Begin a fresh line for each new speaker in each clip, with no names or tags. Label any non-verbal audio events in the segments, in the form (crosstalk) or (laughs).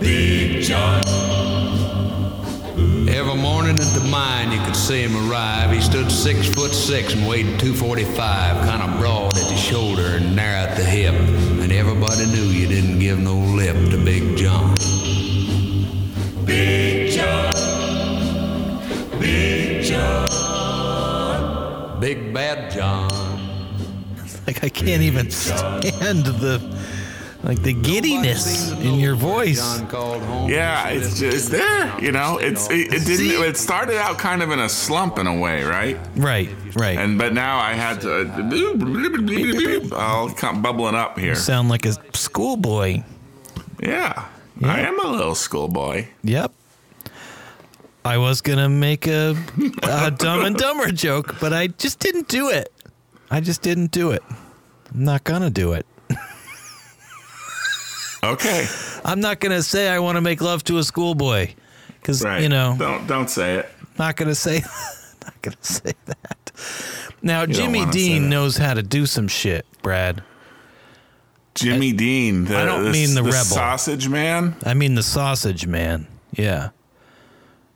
Big John. Every morning at the mine, you could see him arrive. He stood six foot six and weighed 245, kind of broad at the shoulder and narrow at the hip. And everybody knew you didn't give no lip to Big John. Big John. Big John. Big Bad John.
Like I can't even stand the like the giddiness in your voice.
John called home.
Yeah, it's just it's there. You know, it's it, it
See?
didn't. It started out kind of in a slump in a way, right?
Right, right.
And but now I had to. I'll come bubbling up here.
Sound like a schoolboy.
Yeah, I am a little schoolboy.
Yep. I was gonna make a, a dumb and dumber joke, but I just didn't do it. I just didn't do it. I'm not gonna do it.
Okay,
I'm not gonna say I want to make love to a schoolboy, because
right.
you know,
don't don't say it.
not gonna say, (laughs) not gonna say that. Now Jimmy
wanna say that.
Dean knows how to do some shit, Brad.
Jimmy Dean. The,
I don't mean the rebel.
sausage man.
I mean the sausage man. Yeah.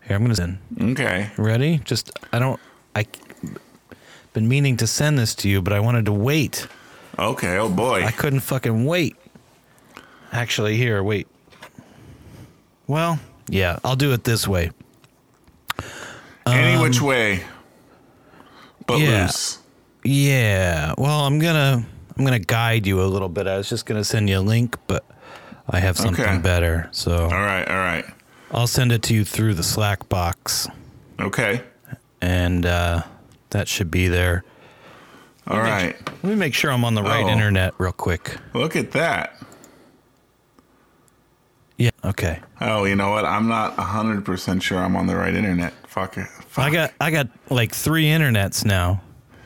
Here I'm gonna send.
Okay.
Ready? Just I don't. I been meaning to send this to you, but I wanted to wait.
Okay. Oh boy.
I couldn't fucking wait. Actually, here, wait. Well, yeah, I'll do it this way.
Any which way. But
um, yeah.
loose.
Yeah. Well, I'm gonna I'm gonna guide you a little bit. I was just gonna send you a link, but I have something
Okay.
better, so
All right. All right.
I'll send it to you through the Slack box,
Okay.
and uh, that should be there.
All right.
Let me make sure I'm on the right
Oh.
internet real quick.
Look at that.
Yeah. Okay.
Oh, you know what? I'm not 100% sure I'm on the right internet. Fuck it. Fuck.
I got I got like three internets now,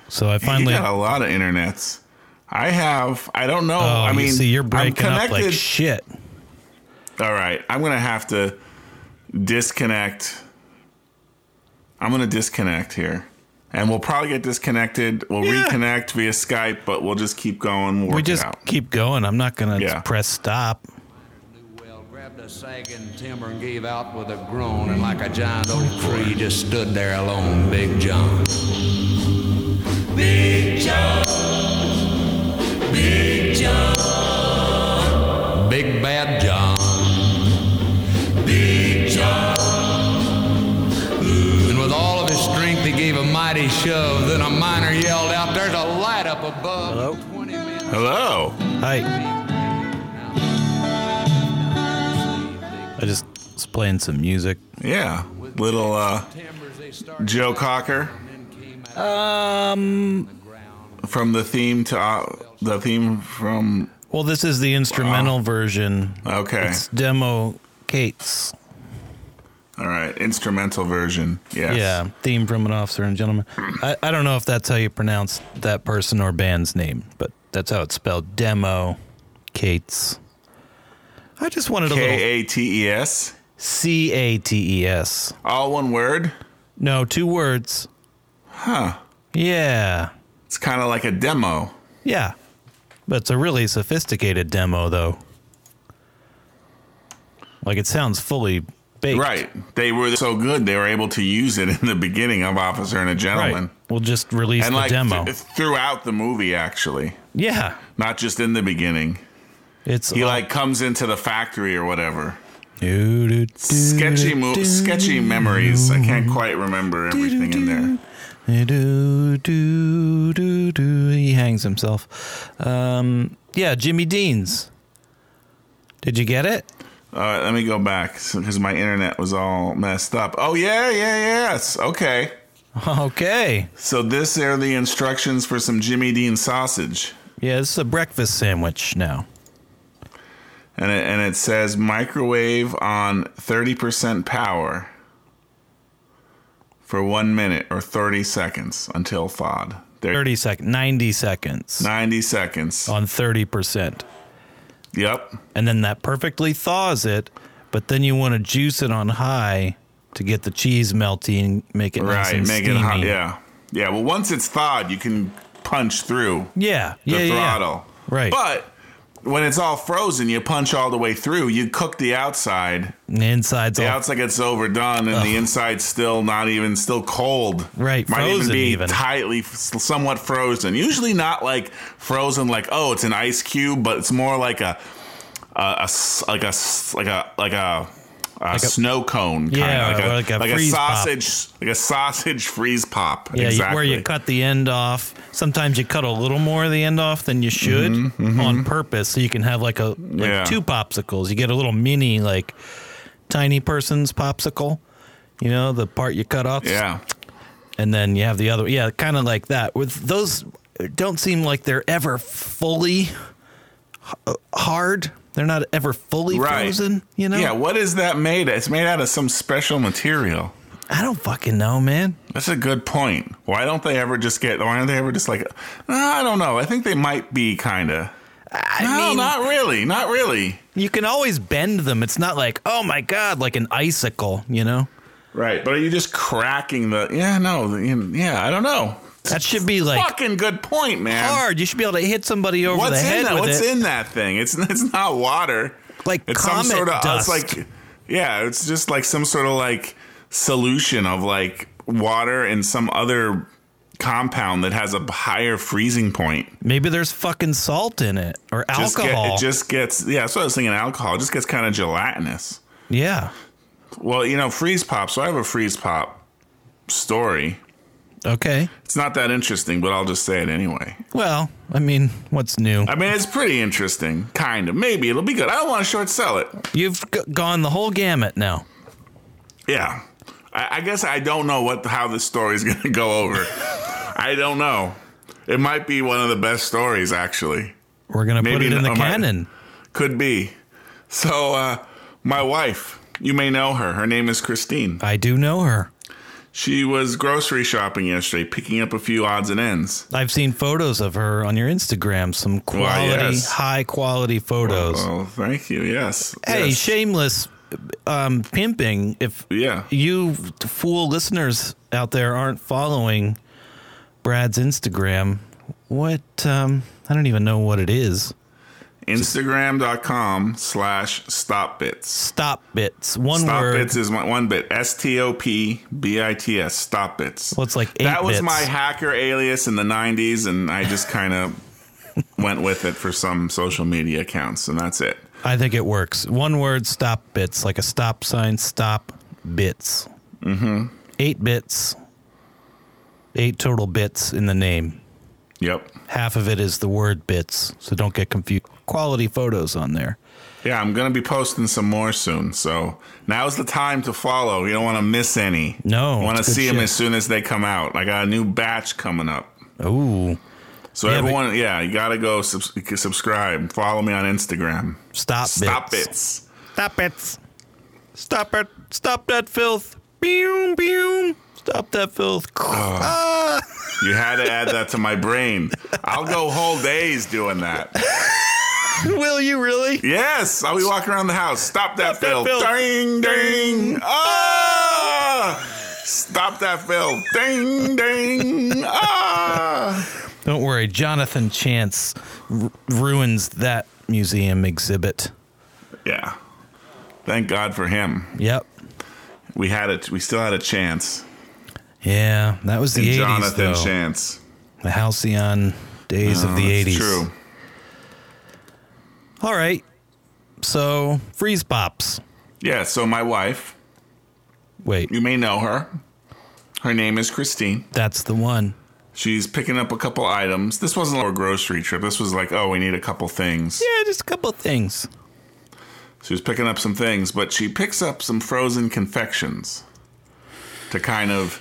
so I finally.
You got a lot of internets. I have. I don't know.
oh,
I
you
mean,
see, you're
I'm
breaking up like
connected.
shit.
All right. I'm going to have to disconnect. I'm going to disconnect here. And we'll probably get disconnected. We'll
Yeah.
reconnect via Skype, but we'll just keep going. We'll work
We
it
just
out.
keep going. I'm not gonna
Yeah.
press stop.
Well, grabbed a sagging timber and gave out with a groan, and like a giant oak tree, just stood there alone, Big John. Big John. Big John. Big Bad John. Big John. And with all of his strength, he gave a mighty shove. Then a miner yelled out, There's a light up above.
Hello?
20 men
Hello.
Hi. I just was playing some music.
Yeah. Little uh, Joe Cocker
Um.
from the theme to uh, the theme from.
Well, this is the instrumental version.
Okay.
It's demo Kate's.
All right. Instrumental version. Yes.
Yeah, theme from an officer and gentleman. I, I don't know if that's how you pronounce that person or band's name, but that's how it's spelled. Demo Kate's. I just wanted a little
K A T E S.
C A T E S.
All one word.
No, two words.
Huh.
Yeah.
It's kind of like a demo.
Yeah. But it's a really sophisticated demo, though. Like, it sounds fully baked.
Right. They were so good they were able to use it (laughs) in the beginning of Officer and a
Right.
Gentleman.
We'll just release
And
the
like
demo.
th- throughout the movie actually.
yeah.
Not just in the beginning.
It's
He
all-
like comes into the factory or whatever.
Doo, doo, doo,
Sketchy
doo,
mo-
doo,
sketchy memories. I can't quite remember everything in there.
doo, doo, doo, doo. He hangs himself. Um, yeah, Jimmy Dean's. Did you get it? (laughs)
All right, let me go back because my internet was all messed up. Oh yeah, yeah, yes. Okay.
Okay.
So this are the instructions for some Jimmy Dean sausage.
Yeah, this is a breakfast sandwich now.
and it, and it says microwave on 30% power for one minute or 30 seconds until thawed. There,
30 seconds, 90 seconds
90 seconds.
on 30%.
Yep.
and then that perfectly thaws it. But then you want to juice it on high to get the cheese melty and make it nice
Right.
and
Make
steamy.
it hot. Yeah. Yeah. Well, once it's thawed, you can punch through
yeah, yeah,
the
yeah, yeah.
throttle.
Right.
But when it's all frozen, you punch all the way through. You cook the outside.
The inside's
The
all
outside gets overdone, and the inside's still not even still cold.
Right,
might even
frozen
be
even.
tightly, somewhat frozen. Usually not like frozen, like oh, it's an ice cube, but it's more like a, a, a s- like a s- like a like a. A snow cone, kind
Yeah,
of
or like a
like a
freeze pop.
sausage, like a sausage freeze pop.
Yeah, you-
exactly.
where you cut the end off. Sometimes you cut a little more of the end off than you should on purpose, so you can have like a like
Mm-hmm, Yeah.
two popsicles. You get a little mini like tiny person's popsicle. You know the part you cut off,
Yeah,
and then you have the other. Yeah, kind of like that. With those, don't seem like they're ever fully h- uh, hard. They're not ever fully
Right.
frozen. You know.
yeah. What is that made? of? It's made out of some special material.
I don't fucking know, man.
That's a good point. Why don't they ever just get? Why don't they ever just like? "Uh, I don't know. I think they might be kind of.
I
No,
mean,
not really. Not really.
you can always bend them. It's not like oh my god, like an icicle. You know.
Right. But are you just cracking the? Yeah. No. the- you- Yeah. I don't know.
That should be like
Fucking good point, man.
hard. You should be able to hit somebody over
What's
the head
in that?
with
What's
it.
in that thing? It's (laughs) it's not water.
Like
it's
comet dust.
uh, It's like yeah. It's just like some sort of like solution of like water and some other compound that has a higher freezing point.
Maybe there's fucking salt in it or
just get-
alcohol.
it just gets yeah. That's what I was thinking. Alcohol it just gets kind of gelatinous.
yeah.
Well, you know, freeze pop. So I have a freeze pop story.
Okay.
It's not that interesting, but I'll just say it anyway.
Well, I mean, what's new?
I mean, it's pretty interesting, kind of. Maybe it'll be good. I don't want to short sell it.
You've g- gone the whole gamut now.
Yeah, I, I guess I don't know what how this story's (laughs) going to go over. I don't know. It might be one of the best stories, actually.
We're gonna
Maybe
put it in the
not- my-
canon.
Could be. So, uh, my wife, you may know her. Her name is Christine.
I do know her.
She was grocery shopping yesterday, picking up a few odds and ends.
I've seen photos of her on your Instagram. Some quality,
yes.
high quality photos.
Oh, thank you. Yes.
hey,
Yes.
shameless um, pimping. If
yeah.
you fool listeners out there aren't following Brad's Instagram, what um I don't even know what it is.
Instagram.com slash stopbits.
Stop bits. One word.
Stopbits is one, one bit. S T O P B I T S. Stopbits.
Well, it's like eight
that was
bits.
my hacker alias in the 90s, and I just kind
(laughs)
of went with it for some social media accounts, and that's it.
I think it works. One word. Stop bits. Like a stop sign. Stop bits. Mm-hmm. Eight bits. Eight total bits in the name.
Yep.
Half of it is the word bits, so don't get confused. Quality photos on there.
Yeah, I'm going to be posting some more soon. So now's the time to follow. You don't want to miss any.
No,
want to
it's good
see them
shit.
as soon as they come out. I got a new batch coming up.
Ooh,
So
Yeah, but-
everyone, yeah, you got to go subs- subscribe. Follow me on Instagram.
stop bits.
Stop bits.
Stop it. Stop it. Stop that filth. Boom, boom. Stop that filth. Ah. (laughs)
You had to add that to my brain. I'll go whole days doing that.
Will you really?
Yes, I'll be walking around the house. Stop
that
that filth.
filth.
Ding, ding. Ah! Stop that filth. Ding, ding. Ah!
Don't worry. Jonathan Chance r- ruins that museum exhibit.
Yeah. Thank God for him.
Yep.
We had it. We still had a chance.
Yeah, that was the 80s,
Jonathan
though.
Chance. Oh,
The halcyon days of the 80s.
True.
All right. So, freeze pops.
Yeah. So my wife,
Wait,
you may know her. Her name is Christine.
that's the one.
She's picking up a couple items. This wasn't a grocery trip. This was like, oh, we need a couple things.
Yeah, just a couple things.
She was picking up some things, but she picks up some frozen confections to kind of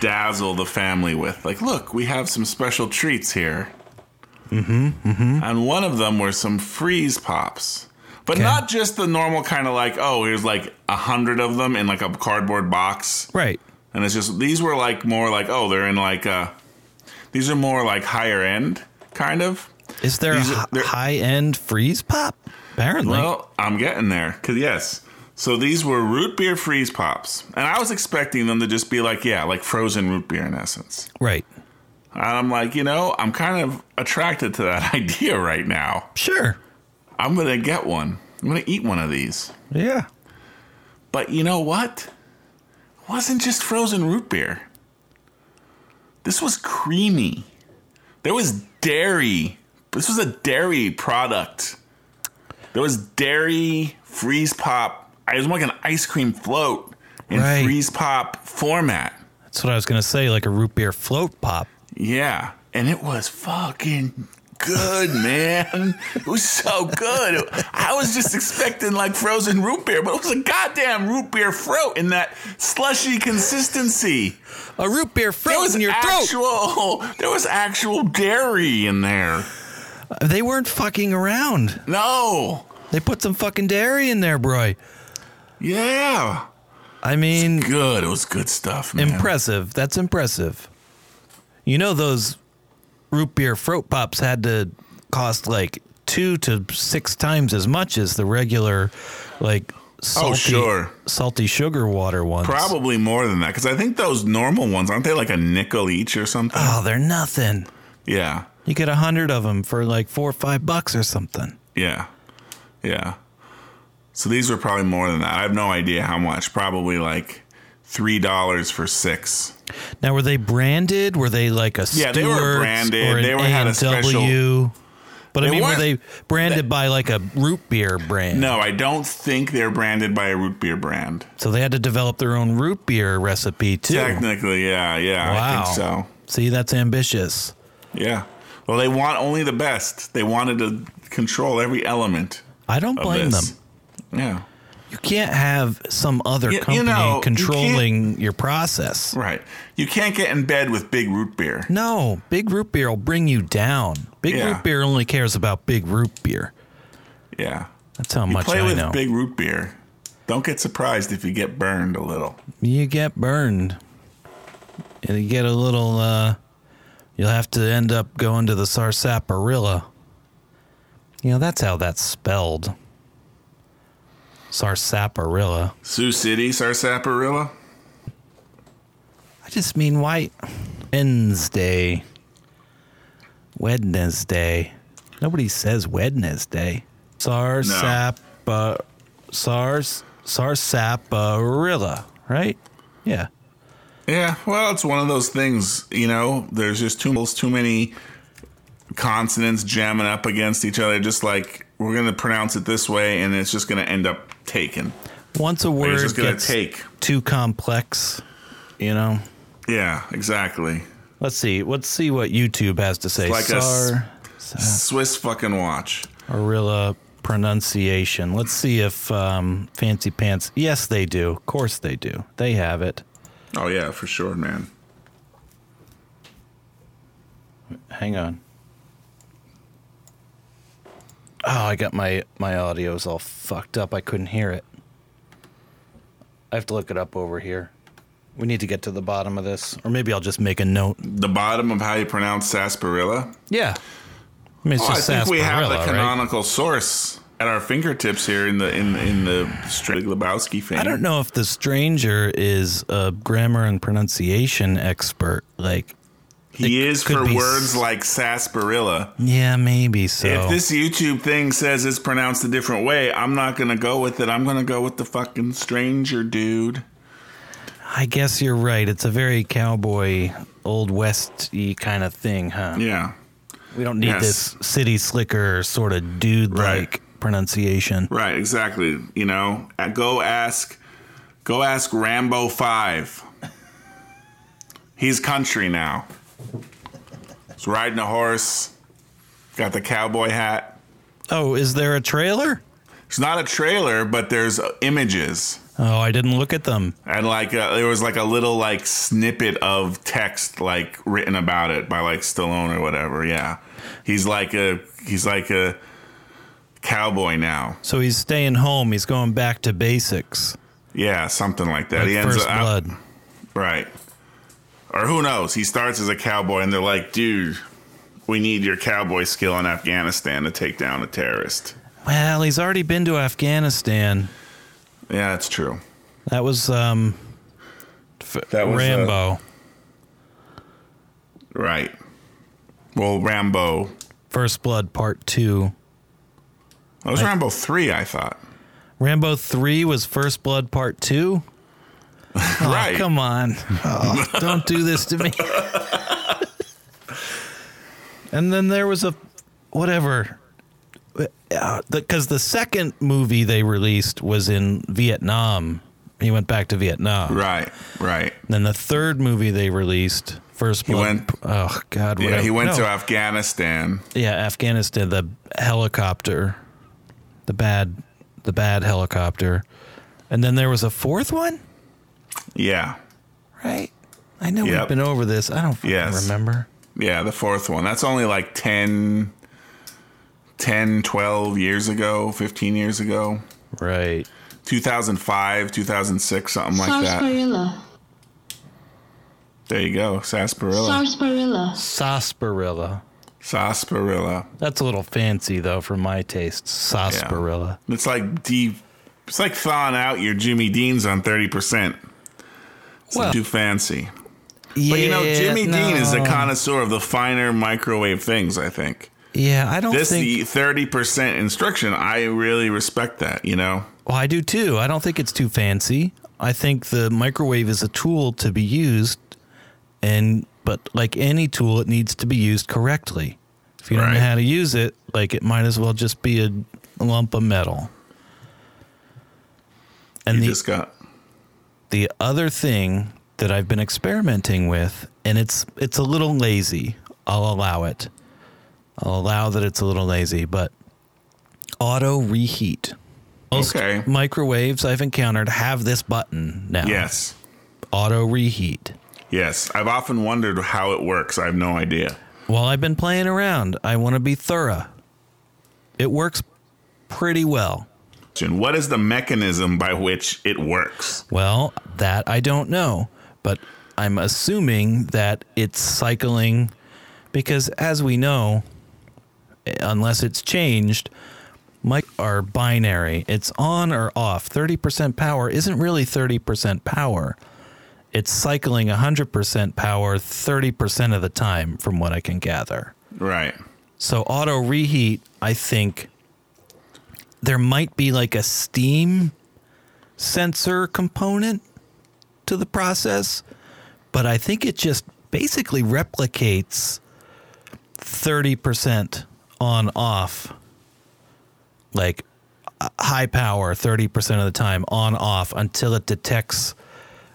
dazzle the family with. Like, look, we have some special treats here. Mm-hmm. Mm-hmm. And one of them were some freeze pops. But
Okay.
not just the normal kind of like, oh, here's like a hundred of them in like a cardboard box.
Right.
And it's just these were like more like oh they're in like uh these are more like higher end kind of.
Is there
These
a
are- they're-
high end freeze pop? Apparently.
Well, I'm getting there. Cause yes. So these were root beer freeze pops. And I was expecting them to just be like, yeah, like frozen root beer in essence.
right.
And I'm like, you know, I'm kind of attracted to that (laughs) idea right now.
Sure.
I'm going to get one. I'm going to eat one of these.
Yeah.
But you know what? It wasn't just frozen root beer. This was creamy. There was dairy. This was a dairy product. There was dairy freeze pop. I was like an ice cream float in
Right.
freeze pop format.
That's what I was going to say, like a root beer float pop.
Yeah. And it was fucking good, man. It was so good. I was just expecting like frozen root beer, but it was a goddamn root beer throat in that slushy consistency.
A root beer
There
float
was
in your throat.
actual there was actual dairy in there.
They weren't fucking around.
No.
They put some fucking dairy in there, bro.
Yeah.
I mean,
Good. It was good stuff, man.
impressive. That's impressive. You know those root beer throat pops had to cost like two to six times as much as the regular, like salty,
Oh, sure.
salty sugar water ones.
Probably more than that because I think those normal ones aren't they like a nickel each or something?
Oh, they're nothing.
Yeah.
You get a hundred of them for like four or five bucks or something.
Yeah. Yeah. So these were probably more than that. I have no idea how much. Probably like three dollars for six.
Now, were they branded? Were they like a
Yeah, they were
Stewart's
branded.
Or an
They were- had a
A&W? But I
They
mean, were
weren't-
they branded by like a root beer brand?
No, I don't think they're branded by a root beer brand.
So they had to develop their own root beer recipe too.
Technically, yeah, yeah. I think so.
See, that's ambitious.
Yeah. Well they want only the best. They wanted to control every element
I don't
of
blame
this.
them.
Yeah.
You can't have some other
You- you
company
know, you
controlling your process.
Right. You can't get in bed with big root beer.
No, big root beer will bring you down. Big
Yeah.
root beer only cares about big root beer.
Yeah.
That's how much
Play
I
with
know.
big root beer. Don't get surprised if you get burned a little.
you get burned, and you get a little. Uh, you'll have to end up going to the sarsaparilla. You know that's how that's spelled. Sarsaparilla.
Sioux City, Sarsaparilla?
I just mean why Wednesday. Wednesday. Nobody says Wednesday. Sarsap uh, Sars Sarsaparilla, right? Yeah.
Yeah, well, it's one of those things, you know, there's just too, too many consonants jamming up against each other. Just like, we're going to pronounce it this way, and it's just going to end up taken.
Once a
It's
word
just going to
gets
take.
too complex, you know.
Yeah, exactly.
Let's see. Let's see what YouTube has to say.
Like a s-
Sarsaparilla
Swiss fucking watch.
pronunciation. Let's see if um, Fancy Pants. Yes, they do. Of course they do. They have it.
Oh, yeah, for sure, man.
Hang on. Oh, I got my my audio's all fucked up. I couldn't hear it. I have to look it up over here. We need to get to the bottom of this, or maybe I'll just make a note.
The bottom of how you pronounce sarsaparilla.
Yeah. I mean, it's
Oh, I
just
think we have the
sarsaparilla, right?
canonical source at our fingertips here in the in in the Straight Lebowski fame.
I don't know if the stranger is a grammar and pronunciation expert. Like,
He
It
is
could
for
be
words
s-
like sarsaparilla.
yeah, maybe so.
If this YouTube thing says it's pronounced a different way, I'm not gonna go with it. I'm gonna go with the fucking stranger dude.
I guess you're right. It's a very cowboy, old west y kind of thing, huh?
Yeah,
We don't need
Yes.
this city slicker sort of dude like pronunciation.
right, exactly. You know, Uh, go ask, go ask Rambo Five. He's country now. He's riding a horse. Got the cowboy hat.
Oh, is there a trailer?
It's not a trailer, but there's uh, images.
Oh, I didn't look at them.
and like uh, there was like a little like snippet of text like written about it by like Stallone or whatever. Yeah, he's like a he's like a cowboy now.
So he's staying home. He's going back to basics.
Yeah, something like that.
Like
he ends
first
up
blood.
right, or who knows? He starts as a cowboy, and they're like, dude. We need your cowboy skill in Afghanistan to take down a terrorist.
Well, he's already been to Afghanistan.
Yeah, that's true.
That was um
That was, uh,
Rambo.
Right. Well, Rambo.
First Blood Part Two.
That was Rambo 3, I thought.
Rambo Three was First Blood Part Two. Oh,
right.
Come
(laughs)
on. (laughs) Oh, don't do this to me. and then there was a whatever. Because the second movie they released was in Vietnam. He went back to Vietnam.
Right, right.
Then the third movie they released, First Blood.
went-
oh, God.
Yeah,
whatever.
he went
No.
to Afghanistan.
Yeah, Afghanistan, the helicopter, the bad, the bad helicopter, and then there was a fourth one,
Yeah.
right? I know we've
Yep.
been over this. I don't fucking
Yes.
remember.
Yeah, the fourth one. That's only like 10, 10, 12 years ago, 15 years ago.
Right.
2005, 2006, something like that.
Sarsaparilla.
There you go. Sarsaparilla.
Sarsaparilla.
Sarsaparilla.
Sarsaparilla.
That's a little fancy though for my taste. Sarsaparilla.
It's like deep. It's like thawing out your Jimmy Dean's on 30%. It's
Well-
too fancy.
Yeah.
But you know, Jimmy Dean is a
no.
connoisseur of the finer microwave things, I think.
Yeah, I don't
This e-
think.
the 30% instruction, I really respect that, you know?
Well, I do too. I don't think it's too fancy. I think the microwave is a tool to be used, and but like any tool, it needs to be used correctly. If you don't know
Right.
how to use it, like it might as well just be a lump of metal. And
You
the Oh.
just got
the other thing that I've been experimenting with, and it's it's a little lazy. I'll allow it. I'll allow that it's a little lazy, but auto reheat. Most
Okay.
microwaves I've encountered have this button now.
Yes.
Auto reheat.
Yes. I've often wondered how it works. I have no idea.
While I've been playing around, I want to be thorough. It works pretty well.
What is the mechanism by which it works?
Well, that I don't know, but I'm assuming that it's cycling because, as we know, unless it's changed, mic are binary. It's on or off. 30% power isn't really 30% power. It's cycling 100% power 30% of the time, from what I can gather.
Right.
So auto reheat, I think there might be like a steam sensor component to the process, but I think it just basically replicates 30% on off like uh, high power 30% of the time on off until it detects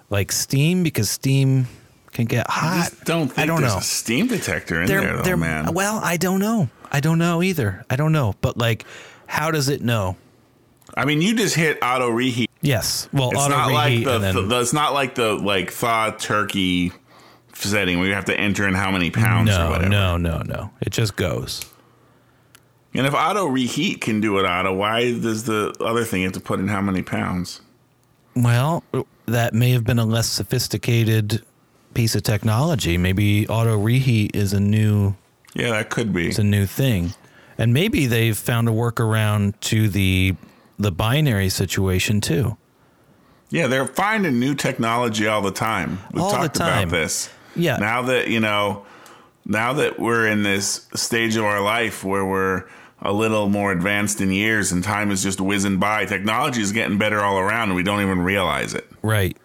like steam because steam can get hot.
I don't think
I don't
there's
know
a steam detector in there, though, man.
well, I don't know. I don't know either. I don't know. But like, how does it know?
I mean, you just hit auto reheat.
Yes. Well,
It's
auto
not like
reheat
the,
and then,
the, it's not like the like thaw turkey setting where you have to enter in how many pounds or
no,
whatever.
no, no, no. It just goes.
And if auto reheat can do it auto, why does the other thing have to put in how many pounds?
Well, that may have been a less sophisticated piece of technology. Maybe auto reheat is a new
Yeah, that could be.
it's a new thing, and maybe they've found a workaround to the the binary situation too.
Yeah, they're finding new technology all the time. We've
All the
talked
time.
about this.
Yeah.
Now that, you know, now that we're in this stage of our life where we're a little more advanced in years and time is just whizzing by, technology is getting better all around and we don't even realize it.
Right.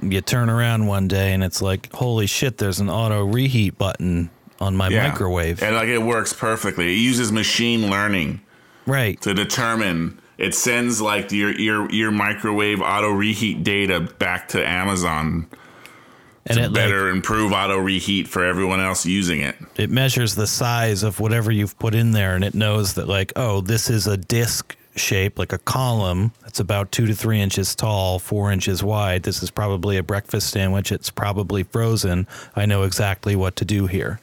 You turn around one day and it's like, holy shit, there's an auto reheat button on my
Yeah.
microwave.
And like it works perfectly. It uses machine learning
right.
to determine it sends like your your your microwave auto reheat data back to Amazon
and it like,
better improve auto reheat for everyone else using it.
it measures the size of whatever you've put in there and it knows that like, oh, this is a disc shape, like a column that's about two to three inches tall, four inches wide. This is probably a breakfast sandwich. It's probably frozen. I know exactly what to do here.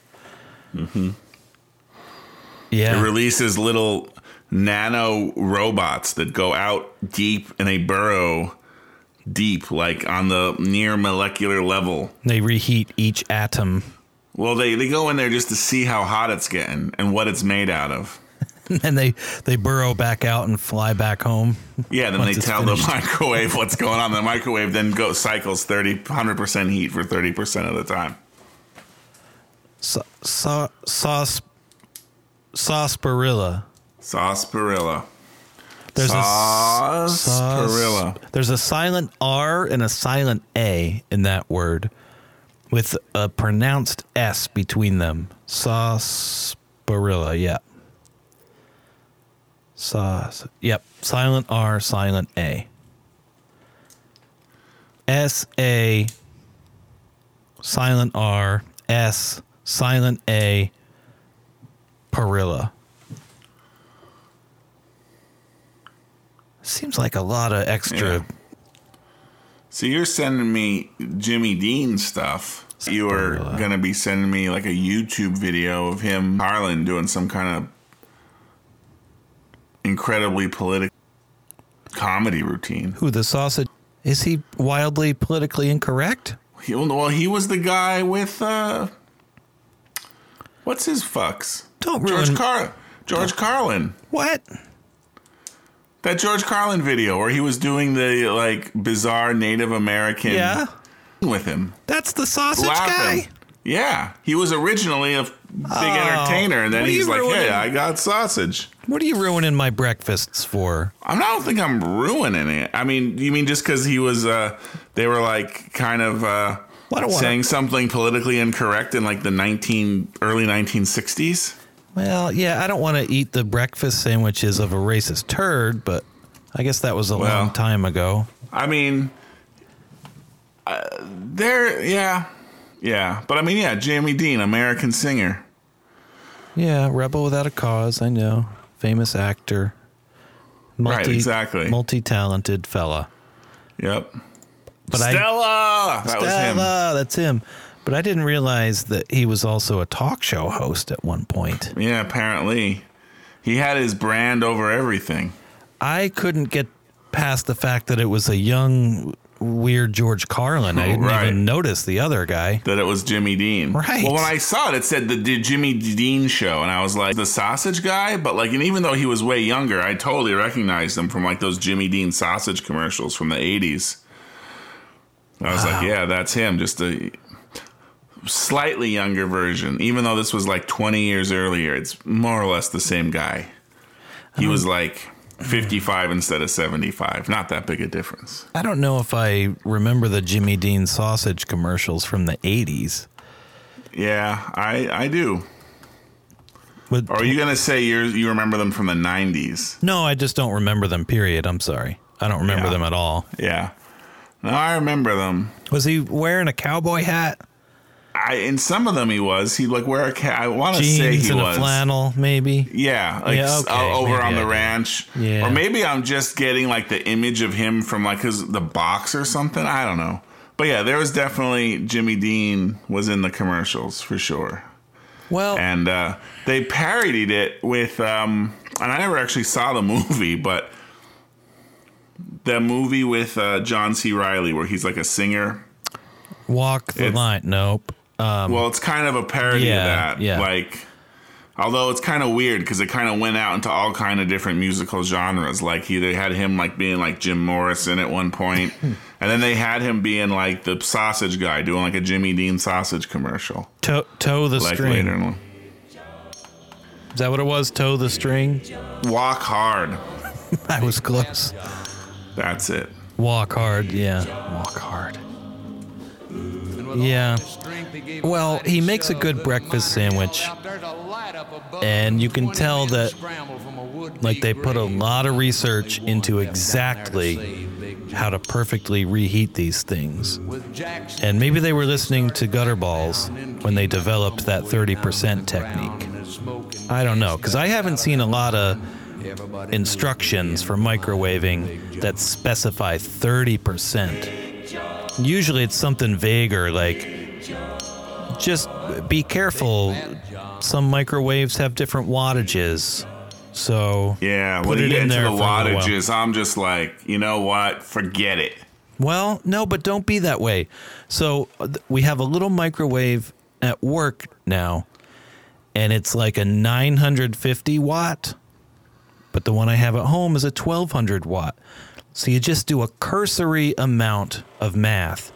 Mm-hmm. Yeah.
It releases little nano robots that go out deep and they burrow deep, like on the near molecular level.
they reheat each atom.
Well, they, they go in there just to see how hot it's getting and what it's made out of.
and they they burrow back out and fly back home.
Yeah, then
Once
they
it's
tell
finished.
the microwave what's going on. The microwave then go cycles 30, 100% heat for 30% of the time.
Sa- sa- sauce, sarsaparilla.
Sarsaparilla.
There's a s-
Sarsaparilla.
sars- There's a silent R and a silent A in that word, with a pronounced S between them. Sarsaparilla. Yeah. Sauce. Yep. Silent R. Silent A. S A. Silent R. S. Silent A. Parilla. Seems like a lot of extra.
Yeah. So you're sending me Jimmy Dean stuff. You were gonna be sending me like a YouTube video of him Harlan doing some kind of incredibly political comedy routine.
Who the sausage? Is he wildly politically incorrect?
He, well, he was the guy with uh, what's his fucks?
Don't
George
ruin-
Car George Carlin.
What?
Mm. That George Carlin video where he was doing the like bizarre Native American
Yeah,
with him.
that's the sausage
laughing.
guy. Oh,
Yeah, he was originally a big entertainer, and then
what are
he's
you
like, "Hey,
ruining?"
I got sausage."
What are you ruining my breakfasts for?
I don't think I'm ruining it. I mean, you mean just because he was? Uh, they were like kind of uh,
Well, I don't wanna-
saying something politically incorrect in like the nineteen early nineteen sixties.
Well, yeah, I don't want to eat the breakfast sandwiches of a racist turd, but I guess that was a
Well.
long time ago.
I mean, uh, there, yeah, yeah, but I mean, yeah, Jamie Dean, American singer.
Yeah, rebel without a cause. I know, famous actor, multi,
Right, exactly.
multi-talented fella.
Yep,
But I
Stella. that was him.
Stella, that's him. But I didn't realize that he was also a talk show host at one point.
Yeah, apparently. He had his brand over everything.
I couldn't get past the fact that it was a young, weird George Carlin. I didn't
Right.
even notice the other guy.
That it was Jimmy Dean.
Right.
Well, when I saw it, it said the, D- Jimmy Dean show, and I was like, the sausage guy? But, like, and even though he was way younger, I totally recognized him from, like, those Jimmy Dean sausage commercials from the 80s. I was like, yeah, that's him. Just a slightly younger version. Even though this was, like, 20 years earlier, it's more or less the same guy. He was, like, 55 instead of 75. Not that big a difference.
I don't know if I remember the Jimmy Dean sausage commercials from the 80s.
Yeah, I I do.
But
Or are you gonna say you you remember them from the '90s?
no, I just don't remember them, period. I'm sorry. I don't remember
Yeah.
them at all.
Yeah, no, I remember them.
Was he wearing a cowboy hat?
I in some of them he was he'd like wear a cat. I want to say
Jeans
he
and
was.
a flannel, maybe?
Yeah, like
Yeah,
s-
okay,
o- over
maybe
on
I
the
do.
ranch.
Yeah.
Or maybe I'm just getting like the image of him from like his the box or something. I don't know. But yeah, there was definitely Jimmy Dean was in the commercials for sure.
Well,
and uh, they parodied it with um, and i never actually saw the (laughs) movie but the movie with uh, john c riley where he's like a singer
walk the
it's-
line. Nope.
well it's kind of a parody
Um, Yeah,
of that
yeah.
like although it's kind of weird because it kind of went out into all kind of different musical genres like he they had him like being like jim morrison at
(laughs)
one point and then they had him being like the sausage guy doing like a jimmy dean sausage commercial
Toe, toe the
like
string.
later on
Is that what it was? Toe the string?
walk hard
I was close.
that's it
Walk hard, yeah. Walk hard. Yeah. Well, he makes a good breakfast sandwich. And you can tell that, Like they put a lot of research into exactly how to perfectly reheat these things. And maybe they were listening to Gutterballs when they developed that 30% technique. I don't know, because I haven't seen a lot of instructions for microwaving that specify 30%. Usually it's something vaguer like just be careful. Some microwaves have different wattages. So,
Yeah,
Put
when
it
you get
in
into
there
the
for a little while.
wattages, I'm just like, you know what? Forget it.
well, no, but don't be that way. So, uh, th- we have a little microwave at work now, and it's like a 950 watt, but the one I have at home is a 1200 watt. So, you just do a cursory amount of math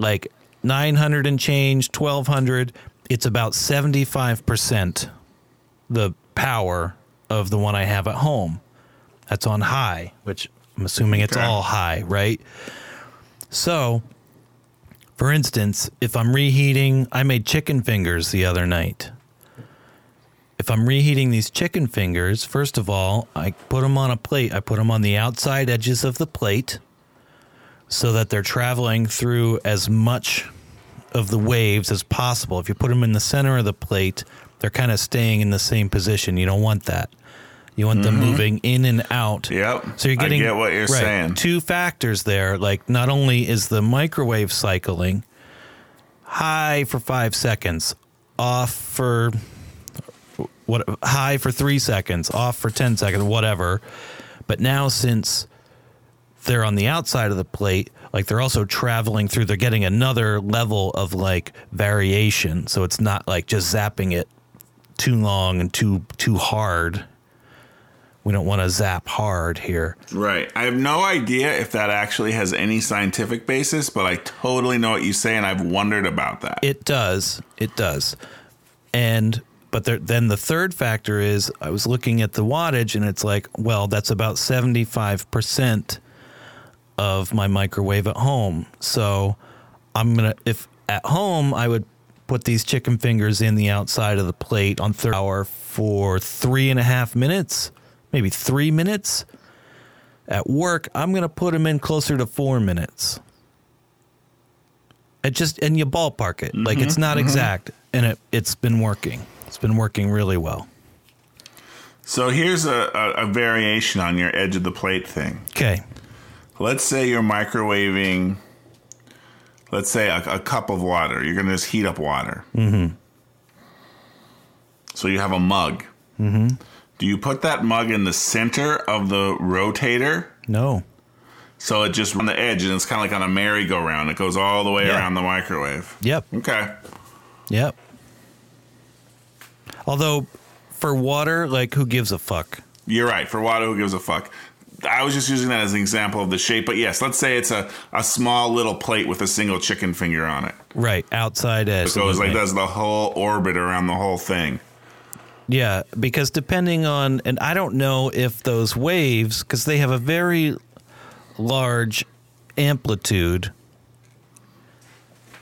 like 900 and change, 1200, it's about 75% the power of the one I have at home. That's on high, which I'm assuming it's
Okay.
all high, right? So, for instance, if I'm reheating, I made chicken fingers the other night. If I'm reheating these chicken fingers, first of all, I put them on a plate. I put them on the outside edges of the plate so that they're traveling through as much of the waves as possible. If you put them in the center of the plate, they're kind of staying in the same position. You don't want that. You want them moving in and out.
Mm-hmm. Yep.
So you're getting
I get what you're
right,
saying.
Two factors there. Like not only is the microwave cycling high for 5 seconds, off for what high for 3 seconds, off for 10 seconds, whatever. But now since they're on the outside of the plate like they're also traveling through they're getting another level of like variation so it's not like just zapping it too long and too too hard we don't want to zap hard here
Right. I have no idea if that actually has any scientific basis, but I totally know what you say, and I've wondered about that.
It does. It does. And but there, then the third factor is I was looking at the wattage and it's like, well, that's about 75% of my microwave at home. So I'm going to if at home I would put these chicken fingers in the outside of the plate on third hour for three and a half minutes, maybe three minutes. At work, I'm going to put them in closer to four minutes. It just and you ballpark it. Like it's not exact, and it it's been working. It's been working really well.
so here's a, a, a variation on your edge of the plate thing.
Okay.
Let's say you're microwaving, let's say a, a cup of water. You're going to just heat up water. Mm-hmm. So you have a mug. Mm-hmm. Do you put that mug in the center of the rotator?
No.
So it just on the edge, and it's kind of like on a merry-go-round. It goes all the way
Yeah.
around the microwave.
Yep.
Okay.
Yep. Although, for water, like who gives a fuck?
You're right. For water, who gives a fuck? I was just using that as an example of the shape, but yes, let's say it's a, a small little plate with a single chicken finger on it.
Right. Outside edge.
So it's like
movement.
does the whole orbit around the whole thing.
Yeah, because depending on, and I don't know if those waves, because they have a very large amplitude.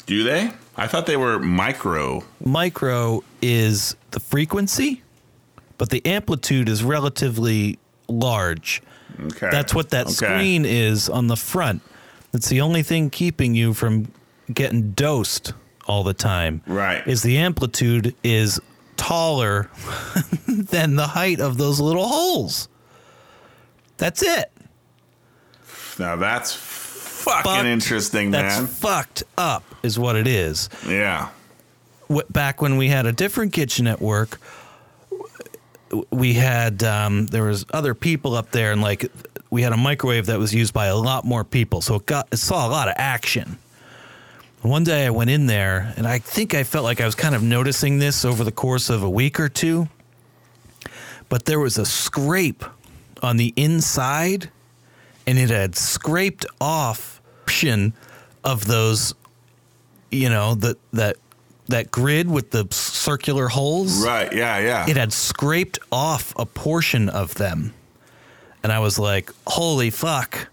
Do they? I thought they were micro.
micro is the frequency, but the amplitude is relatively large.
Okay.
That's what that
Okay.
screen is on the front. It's the only thing keeping you from getting dosed all the time.
Right.
Is the amplitude is taller (laughs) than the height of those little holes. That's it.
Now that's fucking
Fucked.
interesting,
That's
man.
fucked up, is what it is.
yeah.
wh- back when we had a different kitchen at work, w- we had um, there was other people up there, and like we had a microwave that was used by a lot more people, so it got it saw a lot of action. One day I went in there, and I think I felt like I was kind of noticing this over the course of a week or two, but there was a scrape on the inside, and it had scraped off of those you know that that that grid with the circular holes
Right. Yeah. Yeah.
it had scraped off a portion of them and i was like holy fuck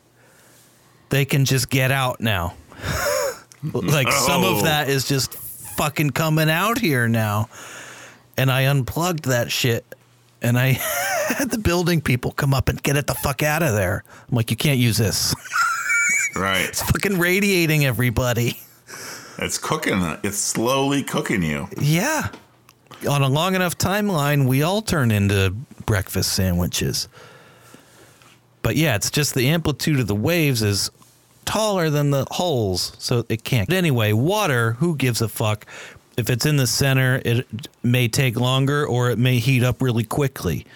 they can just get out now (laughs) like some of
Oh.
that is just fucking coming out here now and i unplugged that shit and i (laughs) had the building people come up and get it the fuck out of there i'm like you can't use this (laughs)
right.
it's fucking radiating everybody
It's cooking. It's slowly cooking you.
Yeah. On a long enough timeline, we all turn into breakfast sandwiches. But yeah, it's just the amplitude of the waves is taller than the holes, so it can't. But anyway, water, who gives a fuck? If it's in the center, it may take longer or it may heat up really quickly.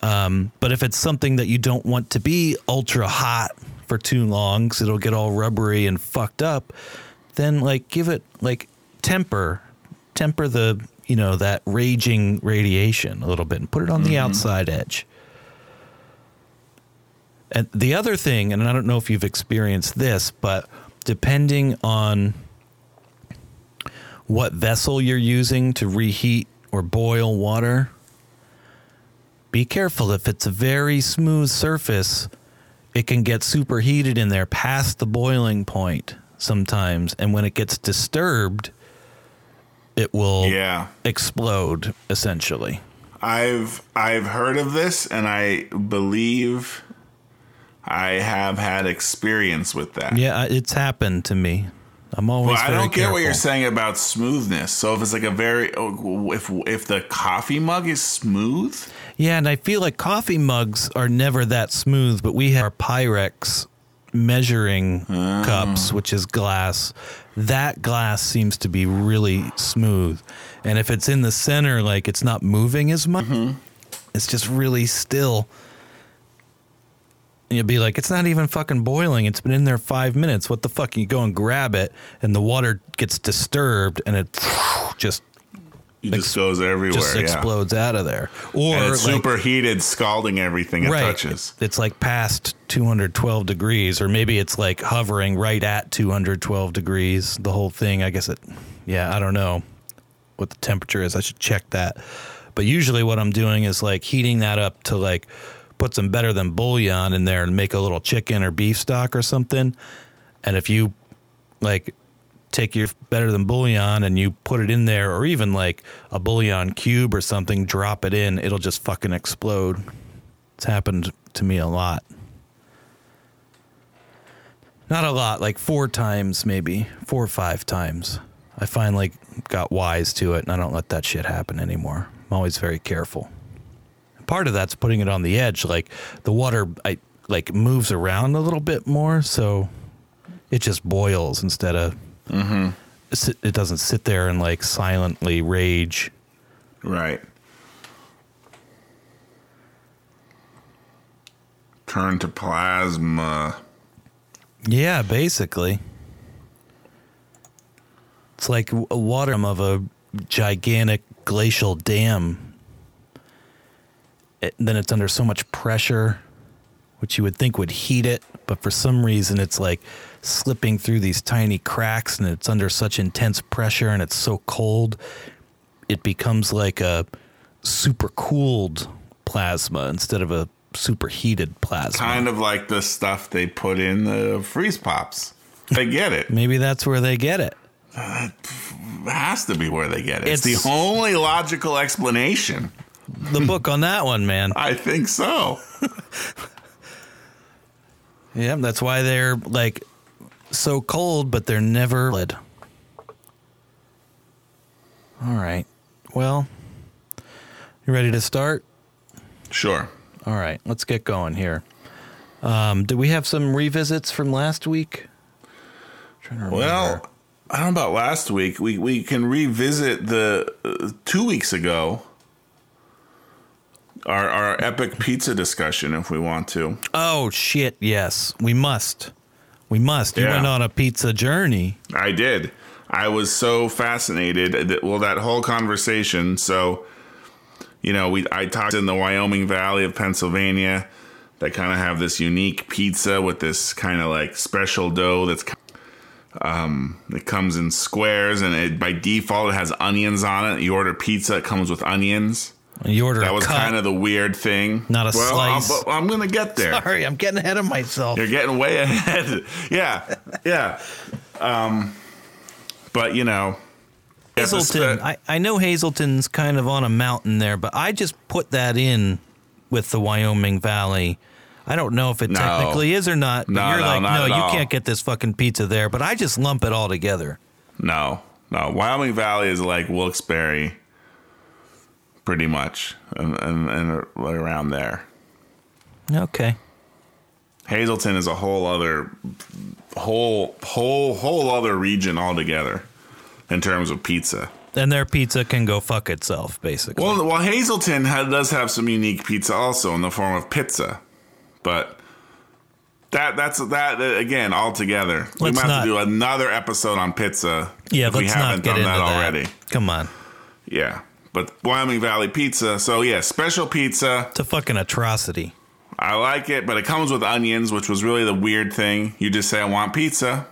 Um, but if it's something that you don't want to be ultra hot for too long, because it'll get all rubbery and fucked up, then like give it like temper, temper the you know that raging radiation a little bit and put it on the outside edge. And the other thing, and I don't know if you've experienced this, but depending on what vessel you're using to reheat or boil water. Be careful if it's a very smooth surface, it can get superheated in there past the boiling point sometimes. And when it gets disturbed, it will
Yeah.
explode essentially.
I've I've heard of this and I believe I have had experience with that.
Yeah, I- it's happened to me. I'm always.
Well, I
very
don't get what you're
careful.
saying about smoothness. So if it's like a very oh, if if the coffee mug is smooth,
Yeah, and I feel like coffee mugs are never that smooth, but we have our Pyrex measuring
Ah.
cups, which is glass. That glass seems to be really smooth. And if it's in the center, like it's not moving as much,
Mm-hmm.
it's just really still. And you'll be like, it's not even fucking boiling. It's been in there five minutes. What the fuck? You go and grab it, and the water gets disturbed, and it (sniffs) just
it just goes everywhere.
just
yeah.
explodes out of there. Or
And it's
like-
superheated, scalding everything it touches.
it's like past 212 degrees, or maybe it's like hovering right at 212 degrees. The whole thing, I guess it, yeah, I don't know what the temperature is. I should check that. But usually, what I'm doing is like heating that up to like put some better than bouillon in there and make a little chicken or beef stock or something. And if you like take your better than bouillon and you put it in there, or even like a bouillon cube or something, drop it in, it'll just fucking explode. It's happened to me a lot. Not a lot, like four times, maybe four or five times. I finally got wise to it and I don't let that shit happen anymore. I'm always very careful. Part of that's putting it on the edge. Like the water, I like moves around a little bit more. So it just boils instead of sit- it doesn't sit there and like silently rage.
Right. Turn to plasma.
Yeah, basically. It's like w- a water of a gigantic glacial dam. It, then it's under so much pressure, which you would think would heat it, but for some reason it's like slipping through these tiny cracks and it's under such intense pressure and it's so cold, it becomes like a super cooled plasma instead of a superheated plasma.
Kind of like the stuff they put in the freeze pops. They get it.
Maybe that's where they get it.
It has to be where they get it. It's,
It's-
the only logical explanation.
the book on that one, (laughs) man.
I think so.
Yeah, that's why they're like so cold, but they're never lid. All right. Well, you ready to start?
Sure.
All right, let's get going here. Um, did we have some revisits from last week? trying to remember.
Well, I don't know about last week. We we can revisit the uh, two weeks ago. Our our epic pizza discussion, if we want to.
oh shit! Yes, we must. We must. You
Yeah.
went on a pizza journey.
I did. I was so fascinated that well that whole conversation. So, you know, we I talked in the Wyoming Valley of Pennsylvania. They kind of have this unique pizza with this kind of like special dough that's ki- um it comes in squares and it by default it has onions on it. You order pizza, it comes with onions.
You ordered
That
a
was
cut.
kind of the weird thing.
Not a
well, I'll-
slice.
but I'm gonna get there.
(laughs) Sorry, I'm getting ahead of myself.
You're getting way ahead. (laughs) yeah, yeah. Um, but you know, if it's
Hazelton.
the-
I, I know Hazelton's kind of on a mountain there, but I just put that in with the Wyoming Valley. I don't know if it
No.
technically is or not. but
No,
you're
no,
like,
not
no,
at
you
all."
can't get this fucking pizza there, but I just lump it all together.
no, no. Wyoming Valley is like Wilkes-Barre, pretty much, and, and, and around there.
Okay.
Hazleton is a whole other, whole whole whole other region altogether, in terms of pizza.
And their pizza can go fuck itself, basically.
Well, well, Hazleton ha does have some unique pizza also in the form of pizza, but that that's that uh, again altogether. we
Let's
might have
not-
to do another episode on pizza.
yeah,
if
let's
we
not
haven't
get
done
into
that
that.
already.
Come on.
Yeah, but Wyoming Valley pizza. So yeah, special pizza.
It's a fucking atrocity.
I like it, but it comes with onions, which was really the weird thing. You just say I want pizza,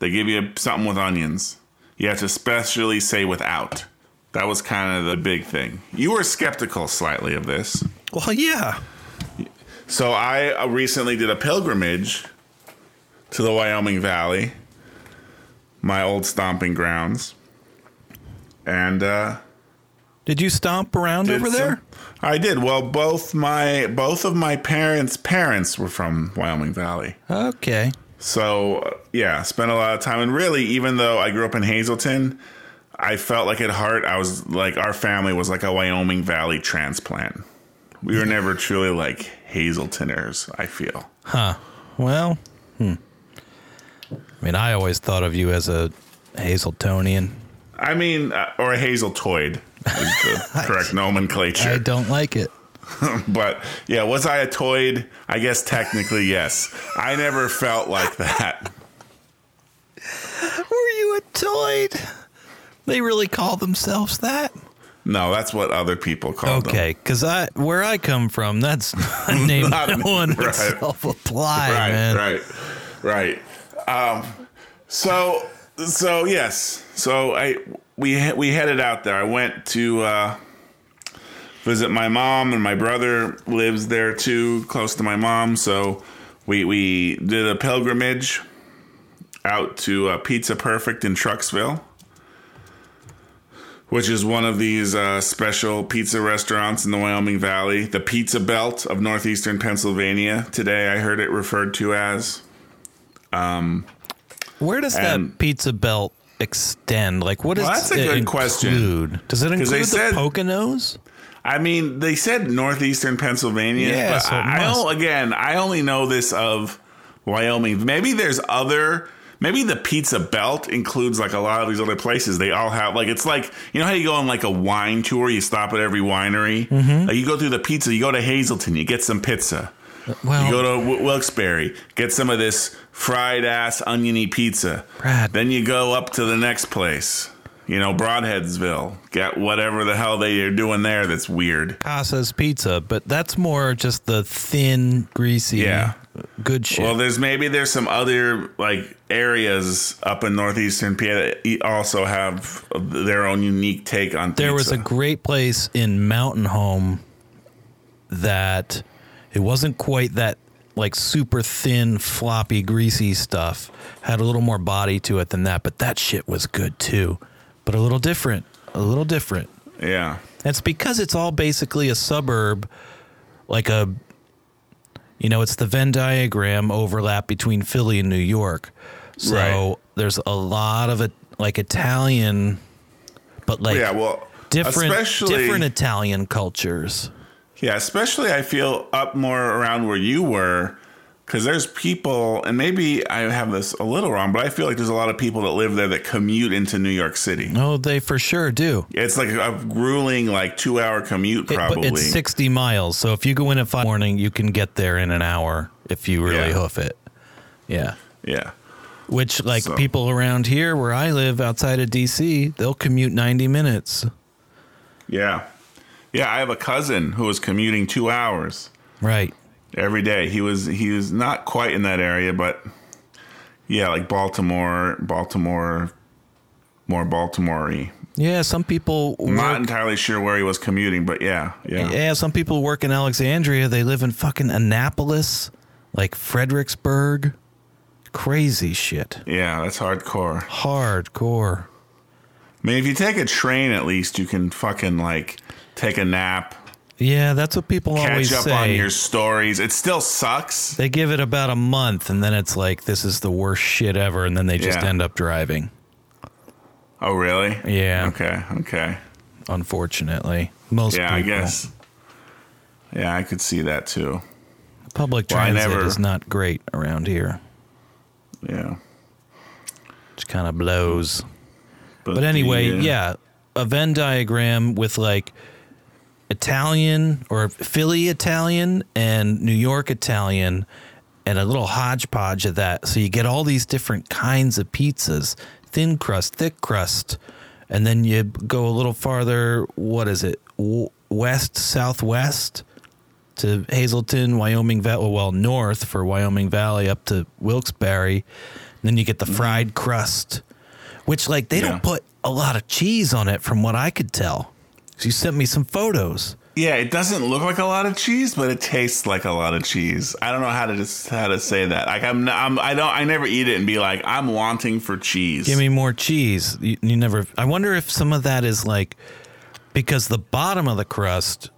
they give you something with onions. You have to specially say without. That was kind of the big thing. You were skeptical slightly of this.
Well, yeah.
So I uh, recently did a pilgrimage to the Wyoming Valley, my old stomping grounds, and uh,
Did you stomp around
did
over
some-
there?
I did. Well, both my both of my parents' parents were from Wyoming Valley,
Okay.
so uh, yeah, spent a lot of time. And really, even though I grew up in Hazleton, I felt like at heart I was like our family was like a Wyoming Valley transplant. We were never truly like Hazletoners. I feel.
Well, hmm. I mean, I always thought of you as a Hazeltonian.
I mean, uh, or a Hazeltoid is the correct
(laughs) I
nomenclature.
don't like it.
But yeah, was I a toid? I guess technically yes. I never felt like that.
Were you a toid? They really call themselves that?
No, that's what other people call them.
Okay, because I where I come from, that's (laughs) a name
(laughs) Not-
no one would
right.
self-apply,
Right,
man.
right, right. Um, so, so yes. So I we we headed out there. I went to uh, visit my mom, and my brother lives there too, close to my mom. So we we did a pilgrimage out to uh, Pizza Perfect in Trucksville. Which is one of these uh, special pizza restaurants in the Wyoming Valley, the Pizza Belt of northeastern Pennsylvania. Today, I heard it referred to as.
Where does that
And-
pizza belt extend? Like, what does
Well, that's a
it
good
include?
question.
Does it include
they
the
said-
Poconos?
I mean, they said northeastern Pennsylvania.
Yeah,
but
so it
I, I
must.
don't, again, I only know this of Wyoming. Maybe there's other. Maybe the pizza belt includes like a lot of these other places. They all have like it's like you know how you go on like a wine tour. You stop at every winery.
Mm-hmm.
Like you go through the pizza. You go to Hazleton. You get some pizza.
Well,
You go
Oh.
to w- Wilkes-Barre, get some of this fried ass oniony pizza.
Brad.
Then you go up to the next place, you know, Broadheadsville, get whatever the hell they are doing there that's weird.
Casa's Pizza, but that's more just the thin, greasy,
Yeah.
good shit.
Well, there's maybe there's some other like areas up in northeastern PA that e- also have their own unique take on
there was
pizza.
a great place in Mountain Home that it wasn't quite that like super thin, floppy, greasy stuff. Had a little more body to it than that, but that shit was good too. But a little different, a little different.
yeah.
That's because it's all basically a suburb, like a, you know, it's the Venn diagram overlap between Philly and New York. So
Right.
there's a lot of it, like Italian, but like
Yeah, well,
different,
especially
different Italian cultures.
Yeah, especially I feel up more around where you were because there's people, and maybe I have this a little wrong, but I feel like there's a lot of people that live there that commute into New York City.
No, Oh, they for sure do.
It's like a grueling, like two hour commute,
It- but
probably.
it's 60 miles. So if you go in at five in the morning, you can get there in an hour if you really
Yeah.
hoof it. Yeah.
yeah.
Which, like,
So-
people around here where I live outside of DC, they'll commute 90 minutes.
Yeah. Yeah. I have a cousin who was commuting two hours
Right.
every day. He was, he was not quite in that area, but yeah, like Baltimore, Baltimore, more Baltimore y.
Yeah, some people
Not
work,
entirely sure where he was commuting, but yeah. Yeah.
yeah, some people work in Alexandria. They live in fucking Annapolis, like Fredericksburg. Crazy shit.
Yeah, that's hardcore.
Hardcore.
I mean, if you take a train, at least you can fucking like take a nap,
Yeah, that's what people always
catch up
say.
on your stories. It still sucks.
they give it about a month and then it's like this is the worst shit ever and then they just
Yeah.
end up driving.
Oh, really?
Yeah.
Okay. Okay.
Unfortunately. Most
Yeah,
people.
I guess. Yeah, I could see that too.
public
Well, I
transit
never-
is not great around here.
Yeah.
Which kind of blows. But anyway,
the, uh,
yeah, a Venn diagram with like Italian or Philly Italian and New York Italian and a little hodgepodge of that. So you get all these different kinds of pizzas, thin crust, thick crust, and then you go a little farther, what is it? W- West, southwest to Hazleton, Wyoming Valley, well, north for Wyoming Valley up to Wilkes-Barre. And then you get the fried crust which like they
Mm. Yeah.
don't put a lot of cheese on it from what I could tell. So you sent me some photos.
Yeah, it doesn't look like a lot of cheese, but it tastes like a lot of cheese. I don't know how to just, how to say that. Like I'm, not, I'm I don't I never eat it and be like I'm wanting for cheese.
Give me more cheese. You, you never. I wonder if some of that is like because the bottom of the crust,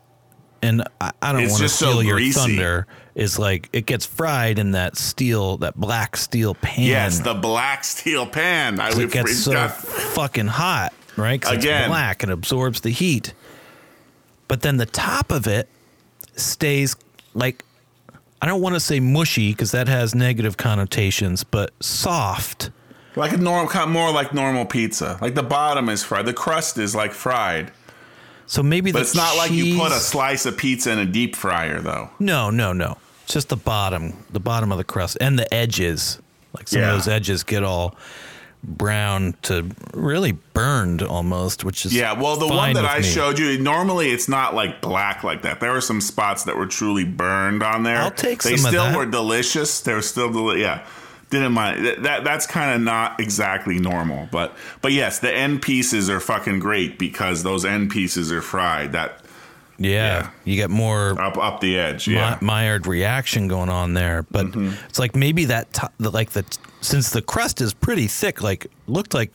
and I, I don't
It's
want to
just so
steal your
greasy.
thunder. Is like it gets fried in that steel, that black steel pan.
yes, the black steel pan. I
it gets
we've
so
got-
fucking hot, right? 'Cause
Again.
it's black and absorbs the heat. But then the top of it stays like I don't want to say mushy because that has negative connotations, but soft.
like a normal, kind of more like normal pizza. Like the bottom is fried, the crust is like fried,
So maybe
but
the
it's not like you put a
cheese-
slice of pizza in a deep fryer though.
No, no, no. It's just the bottom, the bottom of the crust and the edges. Like some
Yeah.
of those edges get all brown to really burned almost, which is
Yeah, well, the
fine
one that
with
I
me.
showed you, normally it's not like black like that. There were some spots that were truly burned on there.
I'll take
They
some of
still
that.
were delicious. They were still deli- yeah. Didn't mind Th- that. That's kind of not exactly normal, but but yes, the end pieces are fucking great because those end pieces are fried that
Yeah, you get more
up up the edge. Yeah,
Mi- mired reaction going on there. But it's like maybe that to- the, like the since the crust is pretty thick, like looked like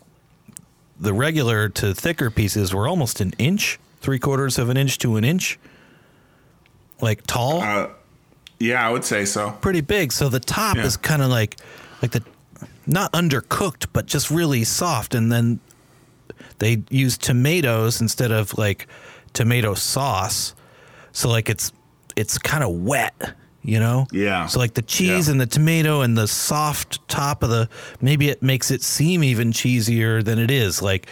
the regular to thicker pieces were almost an inch, three quarters of an inch to an inch, like tall,
yeah, I would say so.
pretty big. So the top
Yeah.
is kind of like like the not undercooked, but just really soft. And then they use tomatoes instead of like tomato sauce. So like it's it's kind of wet, you know?
Yeah.
So like the cheese
Yeah.
and the tomato and the soft top of the maybe it makes it seem even cheesier than it is. Like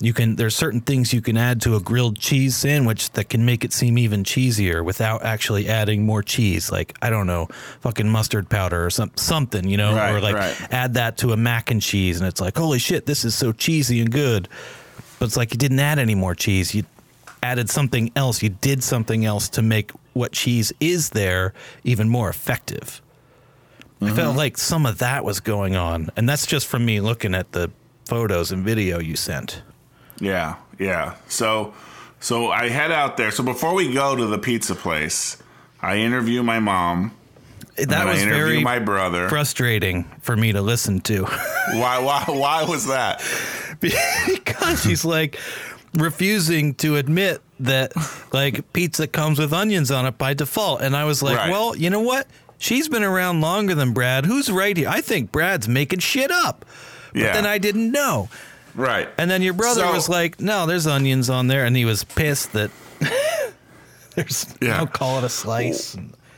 you can there's certain things you can add to a grilled cheese sandwich that can make it seem even cheesier without actually adding more cheese. Like I don't know, fucking mustard powder or some, something, you know, or
Right,
like
right.
add that to a mac and cheese and it's like holy shit this is so cheesy and good but it's like you didn't add any more cheese you added something else you did something else to make what cheese is there even more effective i
Mm-hmm.
felt like some of that was going on and that's just from me looking at the photos and video you sent
Yeah, yeah. So, so I head out there. So before we go to the pizza place, I interview my mom.
that
and I
was
interview
very
my brother.
frustrating for me to listen to (laughs)
why? Why? Why was that?
because she's like refusing to admit that like pizza comes with onions on it by default. And I was like,
Right.
well, you know what? She's been around longer than Brad. Who's right here? I think Brad's making shit up. But
Yeah.
then I didn't know.
Right.
And then your brother
So-
was like, no, there's onions on there. And he was pissed that (laughs) there's,
Yeah.
I'll call it a slice.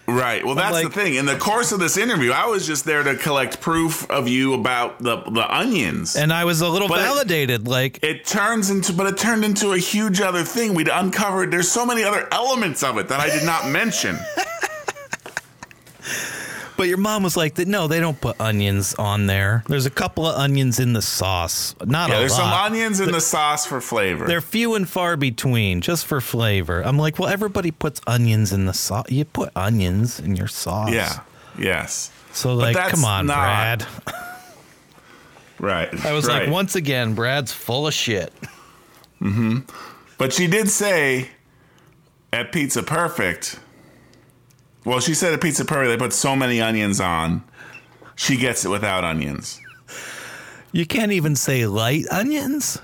Right. Well, that's
like-
the thing. In the course of this interview, I was just there to collect proof of you about the the onions.
And I was a little
But-
validated. Like,
it turns into, but it turned into a huge other thing. We'd uncovered. There's so many other elements of it that I
(laughs)
did not mention.
But your mom was like, "No, they don't put onions on there. There's a couple of onions in the sauce. Not
Yeah,
a
there's some
lot.
onions in the sauce for flavor.
They're few and far between, just for flavor." I'm like, "Well, everybody puts onions in the sauce. You put onions in your sauce.
yeah. Yes.
So like,
that's
come on,
not-
Brad.
Right.
I was
right.
like, once again, Brad's full of shit.
But she did say at Pizza Perfect. Well, she said at Pizza Perfect they put so many onions on. She gets it without onions.
You can't even say light onions.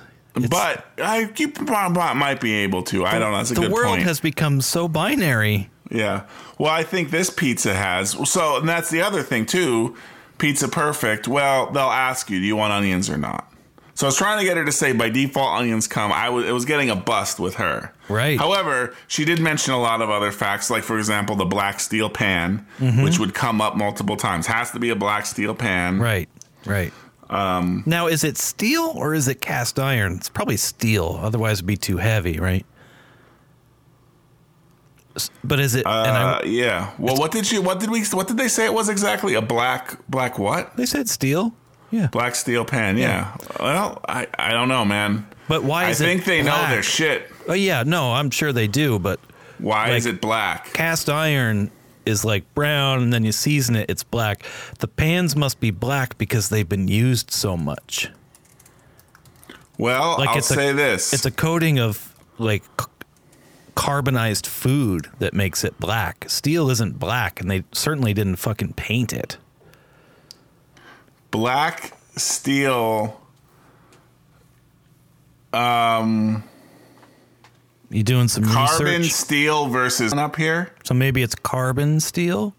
but I keep might be able to. I don't know. That's a
the
good
world
point.
has become so binary.
yeah. Well, I think this pizza has. So, and that's the other thing too. Pizza Perfect. Well, they'll ask you, do you want onions or not? So I was trying to get her to say by default onions come. I was it was getting a bust with her.
Right.
However, she did mention a lot of other facts, like for example the black steel pan,
Mm-hmm.
which would come up multiple times. Has to be a black steel pan.
Right. Right. Um, now, is it steel or is it cast iron? It's probably steel. Otherwise, it'd be too heavy, right? S- But is it? and
Uh,
I,
yeah. Well, what did you? What did we? What did they say it was exactly? A black black what?
they said steel. Yeah.
Black steel pan, yeah. Well, I, I don't know, man.
But why
I
is it?
think they know
black?
their shit.
Oh yeah, no, I'm sure they do. But
Why
Like-
is it black?
cast iron is like brown, and then you season it, it's black. The pans must be black because they've been used so much.
Well,
Like
I'll
it's a-
say this.
It's a coating of like c- carbonized food that makes it black. Steel isn't black, and they certainly didn't fucking paint it.
black steel.
You doing some
Carbon
research?
steel versus up here.
So maybe it's carbon steel.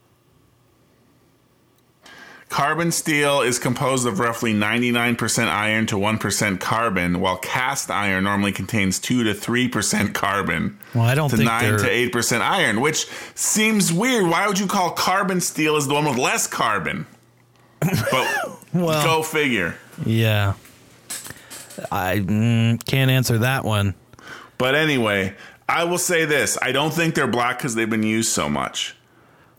Carbon steel is composed of roughly 99% iron to 1% carbon, while cast iron normally contains 2 to 3% carbon
Well, I don't
to
think
9 to
they're-
8% iron, which seems weird. Why would you call carbon steel as the one with less carbon? But
(laughs) Well-
go figure.
Yeah, I mm, can't answer that one.
But anyway, I will say this I don't think they're black because they've been used so much.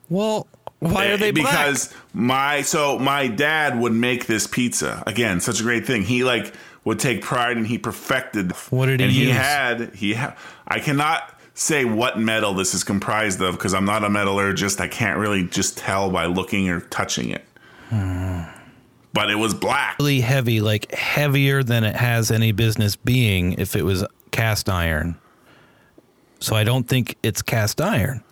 Well, why are they black?
Eh, because my so my dad would make this pizza again such a great thing he like would take pride and he perfected
What did he
and he
use?
had he ha- i cannot say what metal this is comprised of because i'm not a metallurgist i can't really just tell by looking or touching it but it was black
really heavy, like heavier than it has any business being if it was cast iron. So I don't think it's cast iron.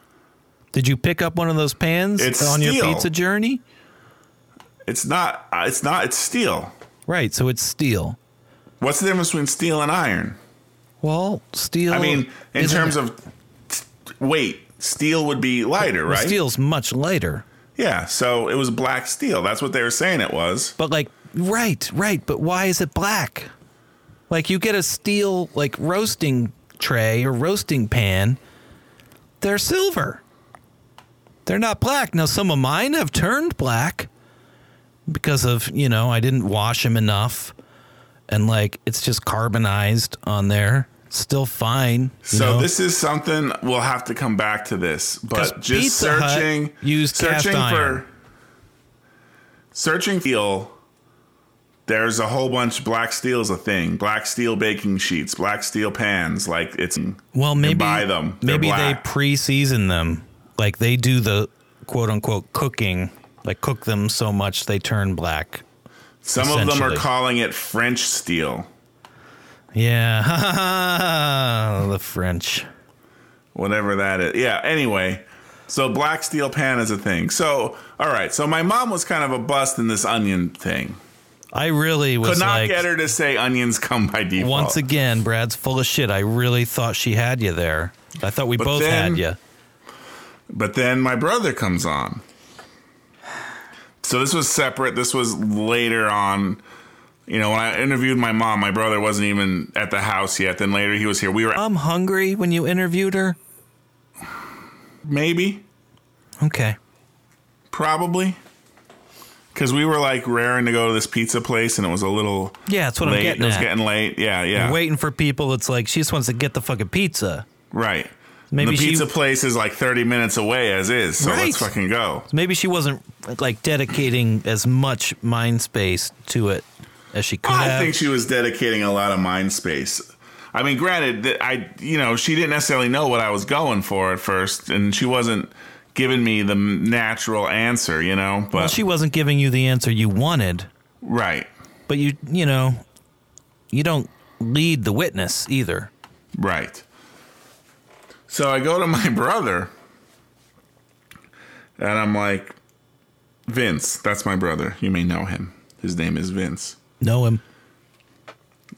Did you pick up one of those pans
It's
on your
steel.
pizza journey?
it's not uh, it's not it's steel
Right, so it's steel.
what's the difference between steel and iron
Well, steel.
i mean in
isn't-
terms of t- weight steel would be lighter right
steel's much lighter.
Yeah, so it was black steel. That's what they were saying it was.
But like, right, right. But why is it black? Like, you get a steel like roasting tray or roasting pan. They're silver. They're not black. Now, some of mine have turned black because of you know I didn't wash them enough, and like it's just carbonized on there. Still fine. you
So
know?
this is something we'll have to come back to this,
'Cause
but just
Pizza Hut
searching
used cast
searching
iron.
for searching steel there's a whole bunch black steel is a thing. Black steel baking sheets, black steel pans, like it's
Well,
you
maybe
buy them. They're
Maybe they
black.
pre-season them, like they do the quote unquote cooking, like cook them so much they turn black.
Some of them are
essentially.
calling it French steel.
Yeah, (laughs) the French.
whatever that is. Yeah. Anyway, so black steel pan is a thing. So all right. So my mom was kind of a bust in this onion thing.
I really was
Could not
like,
get her to say onions come by default.
once again, Brad's full of shit. I really thought she had you there. I thought we both
then-
had you.
but then my brother comes on. So this was separate. This was later on. You know, when I interviewed my mom, my brother wasn't even at the house yet. Then later he was here. We were
I'm hungry when you interviewed her.
maybe,
Okay.
probably, because we were like raring to go to this pizza place, and it was a little
Yeah, that's what
late.
I'm getting
it was
at.
getting late. Yeah, yeah.
You're waiting for people. It's like she just wants to get the fucking pizza.
Right.
Maybe
the
she-
pizza place is like 30 minutes away as is, so
Right.
let's fucking go.
Maybe she wasn't like dedicating as much mind space to it as she could
I
have.
think she was dedicating a lot of mind space. I mean, granted that I, you know, she didn't necessarily know what I was going for at first, and she wasn't giving me the natural answer, you know. But
Well, she wasn't giving you the answer you wanted,
right,
but you you know, you don't lead the witness either.
right. So I go to (laughs) my brother, and I'm like, Vince, that's my brother. You may know him. His name is Vince.
Know him.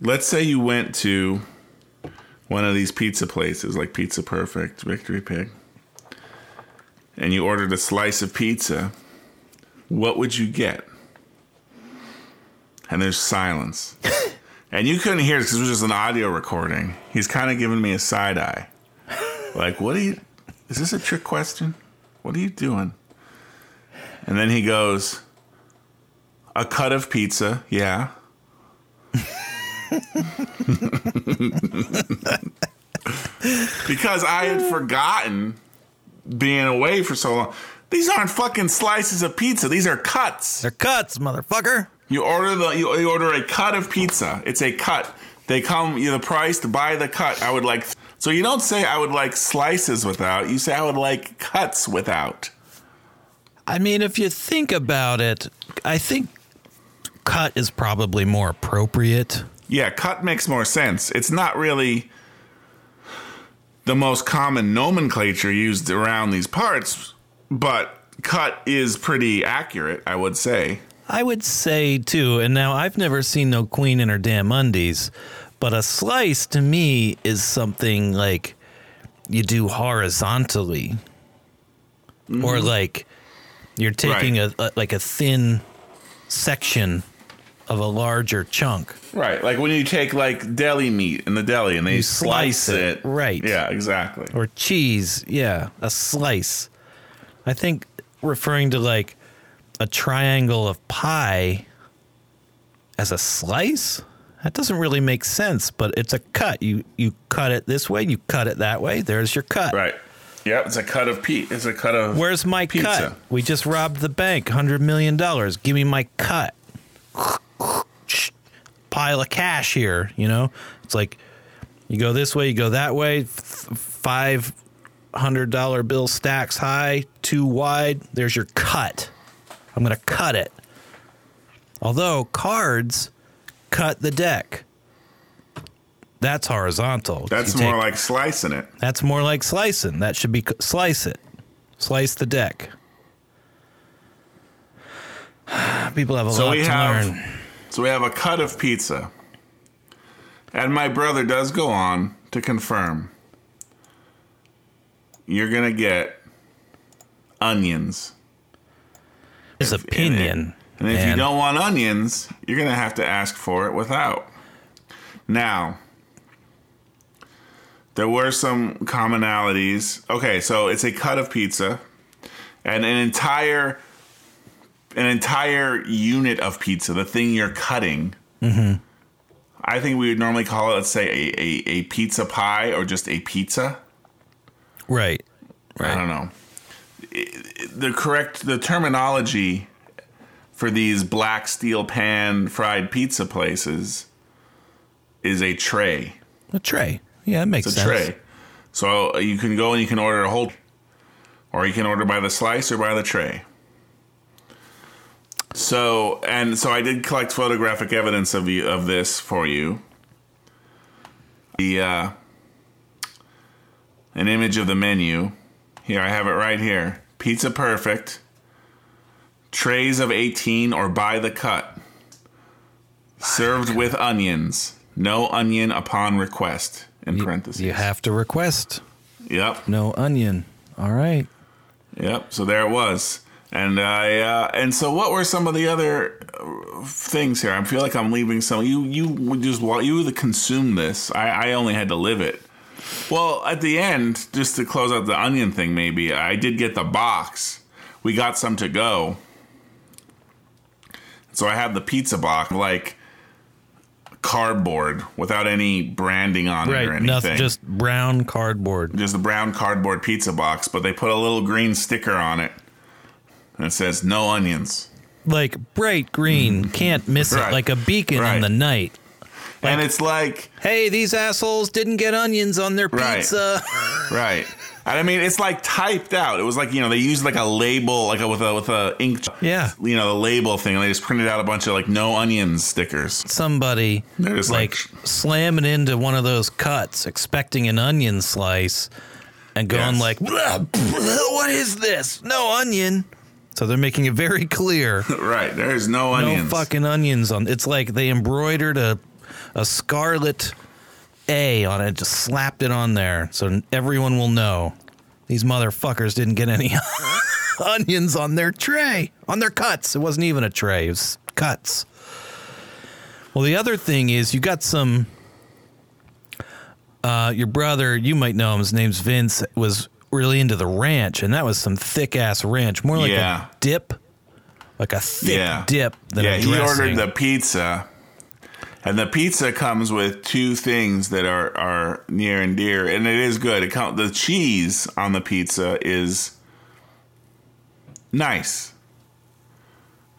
let's say you went to one of these pizza places like Pizza Perfect, Victory Pig, and you ordered a slice of pizza, what would you get? And there's silence. and you couldn't hear it because it was just an audio recording. He's kind of giving me a side eye. Like, what are you? Is this a trick question? What are you doing? And then he goes, a cut of pizza, yeah. (laughs) because I had forgotten being away for so long. These aren't fucking slices of pizza. These are cuts.
They're cuts, motherfucker.
You order the you, you order a cut of pizza. It's a cut. They come you the price to buy the cut. I would like so you don't say I would like slices without. You say I would like cuts without.
I mean, if you think about it, I think cut is probably more appropriate.
Yeah, cut makes more sense. It's not really the most common nomenclature used around these parts, but cut is pretty accurate, I would say.
I would say too, and now I've never seen no queen in her damn undies, but a slice to me is something like you do horizontally, or like you're taking a, a like a thin section of a larger chunk.
Right, like when you take like deli meat in the deli and they
slice it, right.
Yeah, exactly.
or cheese. Yeah, a slice. I think referring to like a triangle of pie as a slice that doesn't really make sense, but it's a cut. You you cut it this way, you cut it that way. There's your cut.
Right. Yeah, it's a cut of peat. It's a cut of
Where's my
Pizza.
cut? We just robbed the bank, hundred million dollars. Give me my cut. Pile of cash here, you know. It's like you go this way, you go that way. Five hundred dollar bill stacks high, too wide. There's your cut. I'm gonna cut it. Although cards cut the deck. That's horizontal.
That's
You
more
take-
like slicing it.
that's more like slicing. That should be c- slice it. Slice the deck. (sighs) People have a
So
lot
we
to
have
learn.
so we have a cut of pizza. And my brother does go on to confirm you're going to get onions.
His opinion.
And if you
man.
don't want onions, you're going to have to ask for it without. Now, there were some commonalities. Okay, so it's a cut of pizza and an entire an entire unit of pizza, the thing you're cutting. I think we would normally call it, let's say, a, a, a pizza pie or just a pizza.
right,
I don't know. I- The correct the terminology for these black steel pan fried pizza places is a tray.
a tray. Yeah, that makes
It's a
sense.
tray. So you can go and you can order a whole or you can order by the slice or by the tray. So and so I did collect photographic evidence of you of this for you. The uh an image of the menu. Here I have it right here. Pizza perfect. Trays of 18 or by the cut. Served with onions. No onion upon request in parentheses.
You have to request
Yep.
no onion. All right.
Yep. So there it was. And I uh, and so what were some of the other uh, things here? I feel like I'm leaving some. You you would just wa- you would consume this. I, I only had to live it. Well, at the end, just to close out the onion thing, maybe I did get the box. We got some to go. So I have the pizza box like cardboard without any branding on it or
Right.
anything
Nothing. Just brown cardboard.
just the brown cardboard pizza box, but they put a little green sticker on it and it says no onions.
Like bright
(laughs)
green. Can't miss
Right.
it. Like a beacon
Right.
in the night.
and it's like,
Hey, these assholes didn't get onions on their
Right.
pizza. (laughs)
right. And I mean, it's like typed out. It was like you know they used like a label, like a, with a with a ink,
Yeah.
you know, the label thing. And they just printed out a bunch of like no onions stickers.
somebody
They're just
like
like-
slamming into one of those cuts, expecting an onion slice, and going
Yes.
like, "Blah, blah, "What is this? No onion." So they're making it very clear,
Right. There is no
no
onions.
fucking onions on. It's like they embroidered a a scarlet A on it, just slapped it on there, so everyone will know these motherfuckers didn't get any (laughs) onions on their tray, on their cuts. It wasn't even a tray; it was cuts. Well, the other thing is you got some. Uh, your brother, you might know him. His name's Vince. Was really into the ranch, and that was some thick ass ranch, more like
Yeah.
a dip, like a thick
Yeah.
dip than
yeah,
a
he
dressing.
ordered the pizza, and the pizza comes with two things that are are near and dear, and it is good. It count the cheese on the pizza is nice.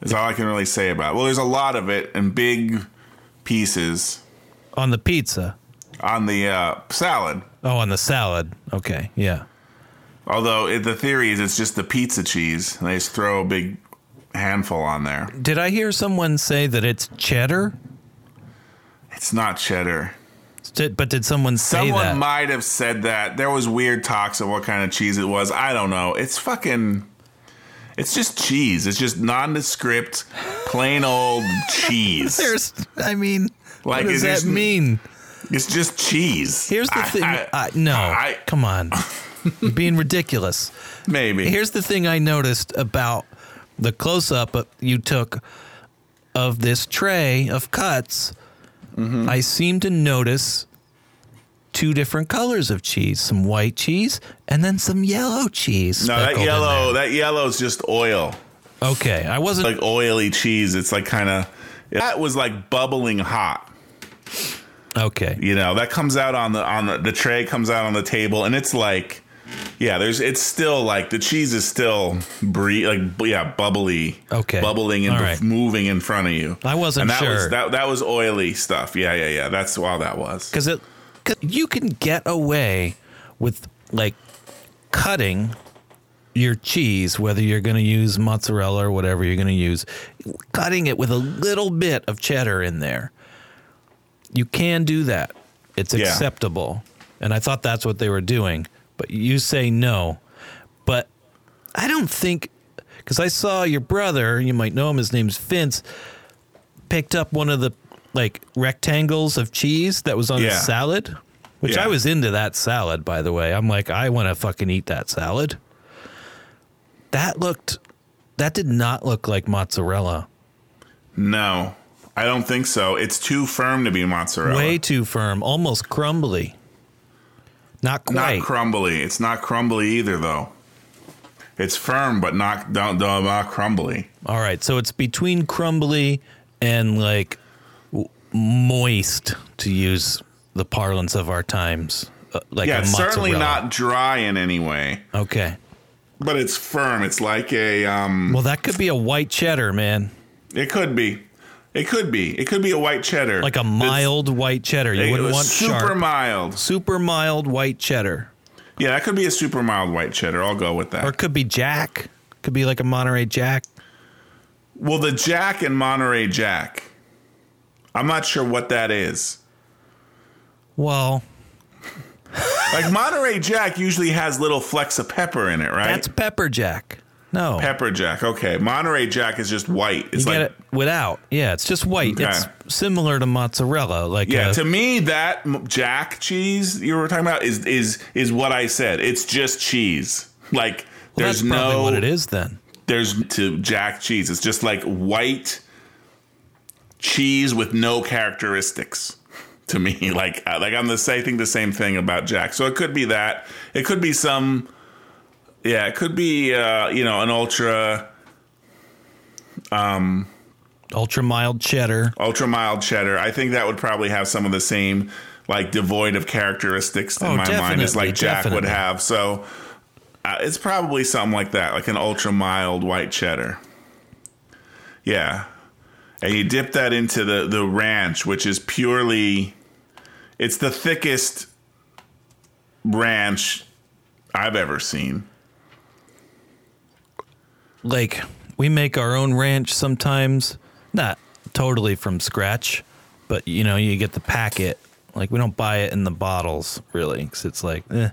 Is all I can really say about. It. Well, there's a lot of it in big pieces
on the pizza.
on the uh, salad.
Oh, on the salad. Okay, yeah.
Although it, the theory is it's just the pizza cheese, and they just throw a big handful on there.
Did I hear someone say that it's cheddar?
It's not cheddar.
Did- But did someone say
Someone
that?
might have said that. There was weird talks of what kind of cheese it was. I don't know. It's fucking. It's just cheese. It's just nondescript, plain old
(laughs)
cheese.
There's, I mean, what
Like,
does
it
that
isn't-
mean?
It's just cheese.
Here's the
I-
thing.
I-
I- no,
I-
come
(laughs)
on, You're being ridiculous.
maybe.
Here's the thing I noticed about the close up you took of this tray of cuts.
Mm-hmm.
I seem to notice two different colors of cheese some white cheese and then some yellow cheese.
no, that
speckled in
yellow. That yellow's just oil.
there. Okay. I wasn't.
like oily cheese. It's like kind of that was like bubbling hot.
okay.
You know that comes out on the on the, the tray comes out on the table, and it's like yeah, there's it's still like the cheese is still bre- like bu- yeah bubbly,
Okay.
bubbling and
All
bef-
right.
moving in front of you.
I wasn't
and that
sure.
Was, that that was oily stuff. Yeah, yeah, yeah. That's all that was.
Because it, 'cause you can get away with like cutting your cheese, whether you're going to use mozzarella or whatever you're going to use, cutting it with a little bit of cheddar in there. You can do that. It's
Yeah.
acceptable. And I thought that's what they were doing. But you say no. But I don't think, because I saw your brother, you might know him, his name's Vince, picked up one of the like rectangles of cheese that was on
Yeah.
his salad, which
Yeah.
I was into that salad, by the way. I'm like, I want to fucking eat that salad. That looked, that did not look like mozzarella.
No, I don't think so. It's too firm to be mozzarella.
Way too firm, almost crumbly. Not
not
quite.
crumbly. It's not crumbly either, though. It's firm, but not don't, don't not crumbly.
All right, so it's between crumbly and like w- moist, to use the parlance of our times. Uh, like
yeah,
a
it's certainly
mozzarella.
not dry in any way,
Okay.
but it's firm. It's like a um.
Well, that could be a white cheddar, man.
It could be, it could be, it could be a white cheddar,
Like a
It's-
mild white cheddar. You
it
wouldn't
was
want
super
sharp.
mild.
super mild white cheddar.
Yeah, that could be a super mild white cheddar. I'll go with that.
Or it could be jack. Could be like a Monterey jack.
well, the Jack and Monterey Jack. I'm not sure what that is.
Well,
Like Monterey Jack usually has little flecks of pepper in it, right?
that's pepper jack. No.
Pepper Jack. Okay, Monterey Jack is just white. It's
you
like
get it without. Yeah, it's just white.
Okay.
It's similar to mozzarella. Like
yeah.
a-
To me, that m- Jack cheese you were talking about is is is what I said. It's just cheese. Like
well,
there's
that's probably
no
what it is then.
there's to Jack cheese. It's just like white cheese with no characteristics. To me, (laughs) like uh, like I'm the same think the same thing about Jack. So it could be that. It could be some. Yeah, it could be uh, you know an ultra
Ultra mild cheddar.
ultra mild cheddar. I think that would probably have some of the same like devoid of characteristics in
Oh,
my mind as
definitely,
like Jack would
definitely.
have. So uh, it's probably something like that, like an ultra mild white cheddar. Yeah. And you dip that into the the ranch, which is purely it's the thickest ranch I've ever seen.
like we make our own ranch sometimes not totally from scratch but you know you get the packet like we don't buy it in the bottles really because it's like eh.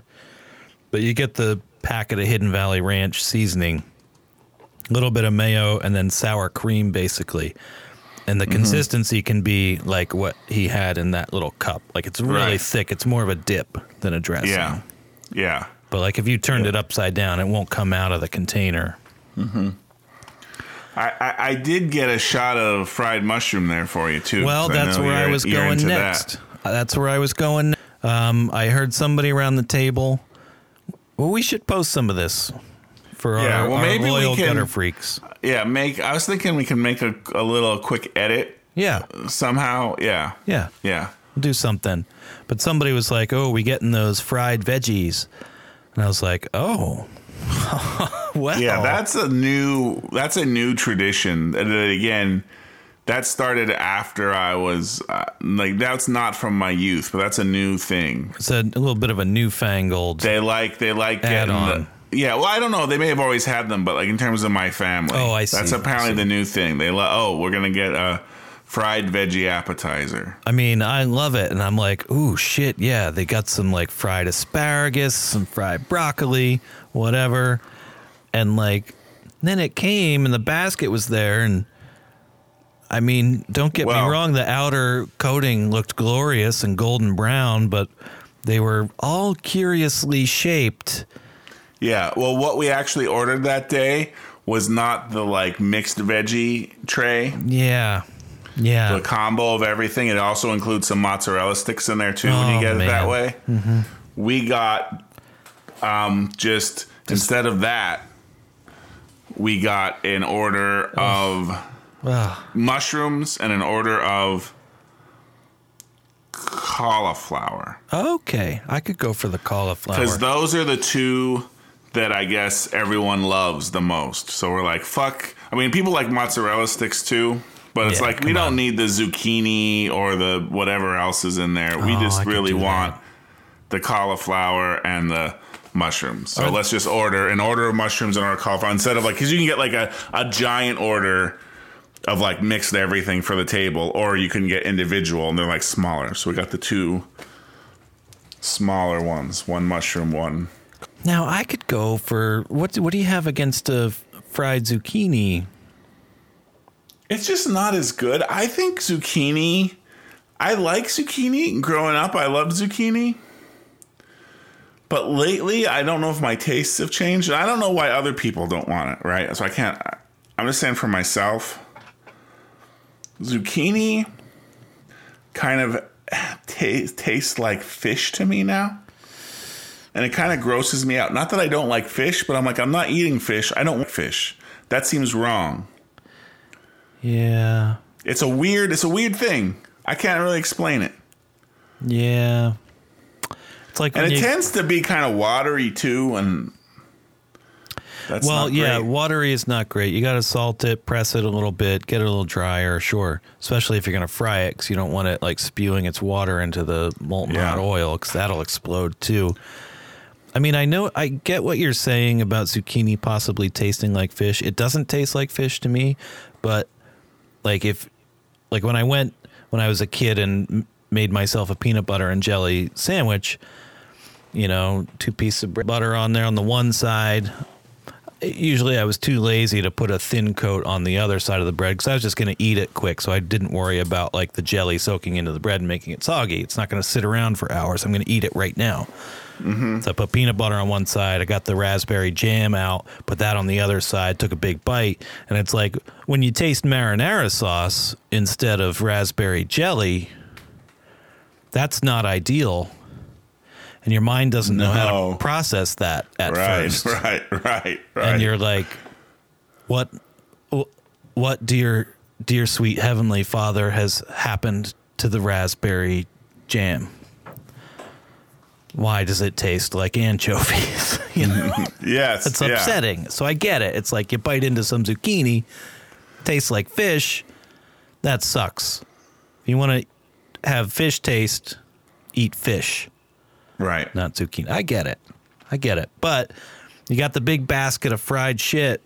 but you get the packet of hidden valley ranch seasoning a little bit of mayo and then sour cream basically and
Mm-hmm.
the consistency can be like what he had in that little cup like it's really
Right.
thick it's more of a dip than a dressing
Yeah. Yeah.
but like if you turned it upside down it won't come out of the container
I, I, I did get a shot of fried mushroom there for you too.
Well,
'cause
that's
know
where I
you're-
was
you're
going
into that.
next. Uh, That's where I was going. Um, I heard somebody around the table. Well, we should post some of this for
Yeah,
our,
well,
our
maybe we
loyal
can- Uh,
gutter freaks.
Yeah, make. I was thinking we can make a, a little quick edit
Yeah,
somehow. Yeah.
yeah,
Yeah.
do something. But somebody was like, "Oh, we getting those fried veggies," and I was like, "Oh, (laughs) well,
Yeah. That's a new. That's a new tradition. And then again, that started after I was uh, like. That's not from my youth, but that's a new thing.
it's a, little bit of a newfangled."
They like. They like
Add
getting.
on.
The, yeah. Well, I don't know. They may have always had them, but like in terms of my family.
Oh, I see,
That's
I
apparently
see.
the new thing. They like. Oh, we're gonna get a fried veggie appetizer.
I mean, I love it, and I'm like, ooh, shit, yeah. They got some like fried asparagus, some fried broccoli, whatever, and like, then it came, and the basket was there, and I mean, don't get
Well-
me wrong, the outer coating looked glorious and golden brown, but they were all curiously shaped.
Yeah. Well, what we actually ordered that day was not the like mixed veggie tray,
Yeah, yeah.
the combo of everything. It also includes some mozzarella sticks in there too when you
Oh,
get it that
man. Mm-hmm.
way. We got um, just instead of that, we got an order of
Ugh.
mushrooms and an order of cauliflower.
Okay, I could go for the cauliflower.
Because those are the two that I guess everyone loves the most. So we're like, fuck. I mean, people like mozzarella sticks too, but it's
Yeah,
like we
come
don't
on.
need the zucchini or the whatever else is in there. we
Oh,
just
I could
really
do
want the cauliflower and the mushrooms. So let's just order an order of mushrooms and order of cauliflower instead of like, because you can get like a, a giant order. Of like mixed everything for the table, or you can get individual and they're like smaller. So we got the two smaller ones one mushroom, one
Now I could go for what? What do you have against a f- fried zucchini?
It's just not as good. I think zucchini. I like zucchini. Growing up, I loved zucchini. But lately, I don't know if my tastes have changed. And I don't know why other people don't want it, right? So I can't. I- I'm just saying for myself, zucchini kind of ta- tastes like fish to me now. And it kind of grosses me out. Not that I don't like fish, but I'm like, I'm not eating fish. I don't want fish. That seems wrong.
Yeah,
It's a weird. It's a weird thing. I can't really explain it.
yeah. It's like
And
when
it
you-
tends to be kind of watery too. And that's
well,
not
yeah,
great.
watery is not great. You got to salt it, press it a little bit, get it a little drier, sure. Especially if you're gonna fry it, because you don't want it like spewing its water into the molten
Yeah.
hot oil, because that'll explode too. I mean, I know I get what you're saying about zucchini possibly tasting like fish. It doesn't taste like fish to me, but like if like when I went when I was a kid and m- made myself a peanut butter and jelly sandwich, you know, two pieces of bre- butter on there on the one side. Usually I was too lazy to put a thin coat on the other side of the bread cuz I was just going to eat it quick, so I didn't worry about like the jelly soaking into the bread and making it soggy. It's not going to sit around for hours. I'm going to eat it right now.
Mm-hmm.
So I put peanut butter on one side. I got the raspberry jam out, put that on the other side, took a big bite. And it's like when you taste marinara sauce instead of raspberry jelly, that's not ideal. And your mind doesn't know how
No.
to process that at
right,
first.
(laughs) right, right, right.
And you're like, what, wh- what, dear, dear sweet heavenly father has happened to the raspberry jam? Why does it taste like anchovies? (laughs) you
(laughs)
know,
yes,
it's
yeah.
upsetting. So I get it. It's like you bite into some zucchini, tastes like fish. That sucks. If you want to have fish taste, eat fish
Right.
not zucchini. I get it. I get it. But you got the big basket of fried shit.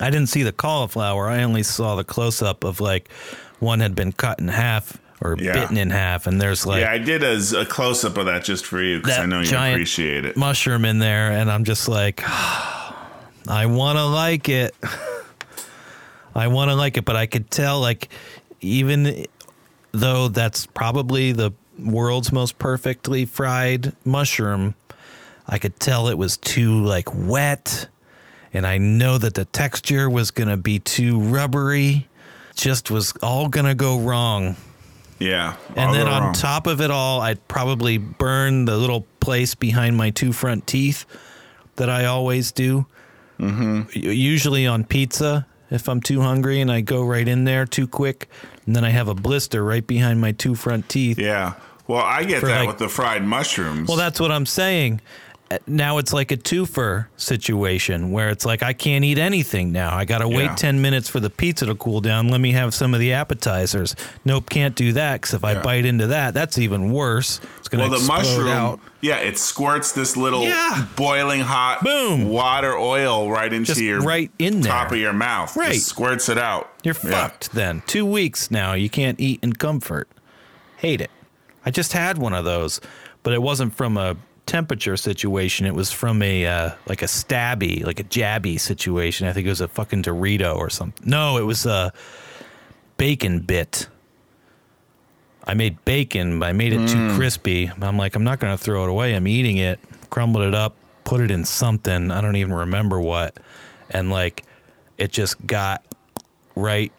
I didn't see the cauliflower. I only saw the close up of like one had been cut in half or
Yeah.
bitten in half, and there's like
yeah, I did a, close up of that just for you because
that
I know you
giant
appreciate it.
mushroom in there, and I'm just like, (sighs) I want to like it. I want to like it, but I could tell, like, even though that's probably the world's most perfectly fried mushroom, I could tell it was too like wet, and I know that the texture was gonna be too rubbery. Just was all gonna go wrong.
yeah.
And
I'll
then
go
on
wrong.
top of it all, I'd probably burn the little place behind my two front teeth that I always do. Mm-hmm. Usually on pizza, if I'm too hungry and I go right in there too quick, and then I have a blister right behind my two front teeth.
Yeah. Well, I get that
like-
with the fried mushrooms.
Well, that's what I'm saying. Uh, now it's like a twofer situation where it's like I can't eat anything now. I got to
Yeah.
wait 10 minutes for the pizza to cool down. Let me have some of the appetizers. Nope, can't do that cuz if I
Yeah.
bite into that, that's even worse. It's going
Well,
to
the
explode
mushroom,
out.
yeah, it squirts this little
Yeah.
boiling hot
Boom.
water oil right into
Just
your
right in there.
top of your mouth.
Right.
Just squirts it out.
You're
Yeah.
fucked then. Two weeks now. You can't eat in comfort. Hate it. I just had one of those, but it wasn't from a temperature situation. It was from a uh, like a stabby, like a jabby situation. I think it was a fucking Dorito or something. No, it was a bacon bit. I made bacon, but I made it too crispy. I'm like, I'm not going to throw it away. I'm eating it, crumbled it up, put it in something. I don't even remember what. And like, it just got right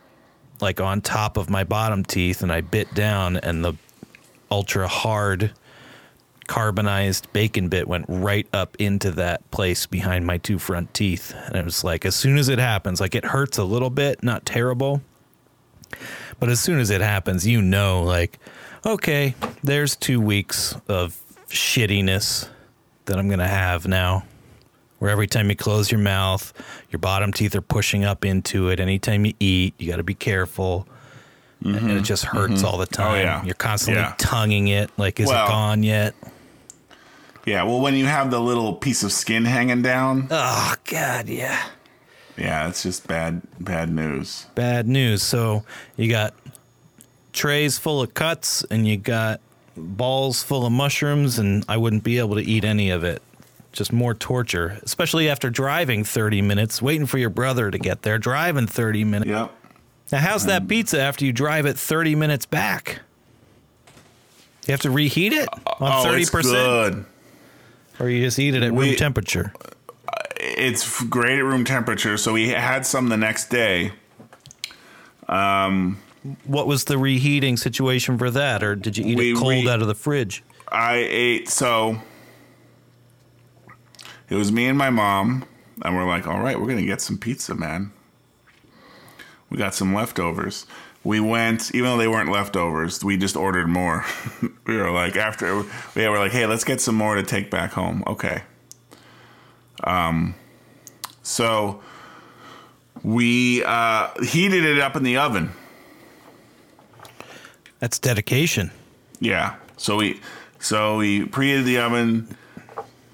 like on top of my bottom teeth and I bit down and the ultra hard carbonized bacon bit went right up into that place behind my two front teeth and it was like as soon as it happens like it hurts a little bit not terrible but as soon as it happens you know like okay there's 2 weeks of shittiness that I'm going to have now where every time you close your mouth, your bottom teeth are pushing up into it. Anytime you eat, you got to be careful. And it just hurts all the time.
Mm-hmm. Oh, yeah.
You're constantly
Yeah.
tonguing it. Like, is
Well-
it gone yet?
Yeah, well, when you have the little piece of skin hanging down,
Oh, God, yeah.
yeah, it's just bad, bad news.
Bad news. So you got trays full of cuts and you got balls full of mushrooms, and I wouldn't be able to eat any of it. Just more torture, especially after driving 30 minutes, waiting for your brother to get there, driving 30 minutes.
Yep.
Now, how's
Mm.
that pizza after you drive it 30 minutes back? You have to reheat it on
Oh,
thirty
it's
percent,
good.
or you just eat it at
We-
room temperature.
it's f- great at room temperature. So we had some the next day.
What was the reheating situation for that, or did you eat
We
it cold
re-
out of the fridge?
I ate so it was me and my mom, and we're like, all right, we're gonna get some pizza, man. We got some leftovers. We went, even though they weren't leftovers, we just ordered more. (laughs) we were like, after we were like, hey, let's get some more to take back home. Okay. Um so we uh heated it up in the oven.
That's dedication.
Yeah. So we so we preheated the oven.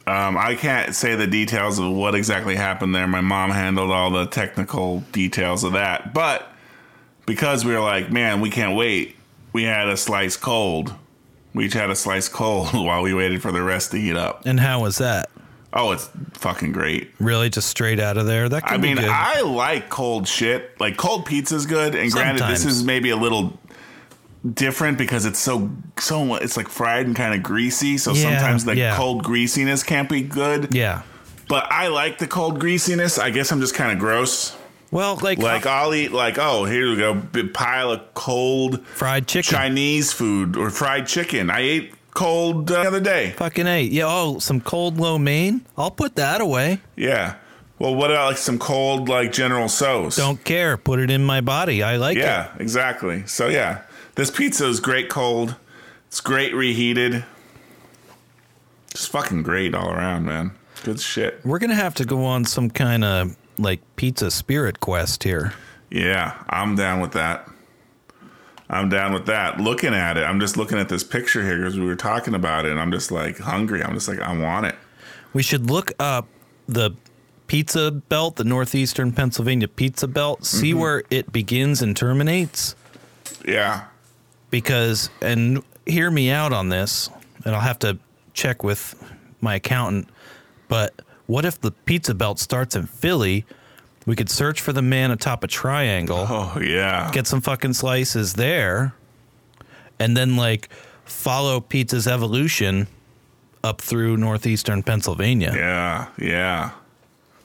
Um, I can't say the details of what exactly happened there. My mom handled all the technical details of that, but because we were like, man, we can't wait. We had a slice cold. We each had a slice cold (laughs) while we waited for the rest to heat up.
And how was that?
Oh, it's fucking great.
Really, just straight out of there? That could
I
be
mean,
good.
I like cold shit. Like cold pizza's good, and granted, this
Sometimes.
is maybe a little different because it's so so it's like fried and kind of greasy. So
Yeah,
sometimes the
yeah.
cold greasiness can't be good.
yeah.
But I like the cold greasiness. I guess I'm just kind of gross.
Well, like,
Like I'll eat like oh here we go big pile of cold
fried chicken.
Chinese food or fried chicken. I ate cold uh, the other day.
Fucking eight. Yeah. Oh, some cold lo mein. I'll put that away.
Yeah. Well, what about like some cold like General So's?
Don't care. Put it in my body. I like it.
Yeah, exactly. So yeah, this pizza is great cold. It's great reheated. Just fucking great all around, man. Good shit.
We're gonna have to go on some kind of like pizza spirit quest here.
Yeah, I'm down with that. I'm down with that. Looking at it, I'm just looking at this picture here because we were talking about it, and I'm just like hungry. I'm just like, I want it.
We should look up the pizza belt, the northeastern Pennsylvania pizza belt, see
Mm-hmm.
where it begins and terminates.
Yeah,
Because and hear me out on this, and I'll have to check with my accountant. But what if the pizza belt starts in Philly? We could search for the man atop a triangle.
oh yeah,
get some fucking slices there and then like follow pizza's evolution up through northeastern Pennsylvania
yeah, yeah.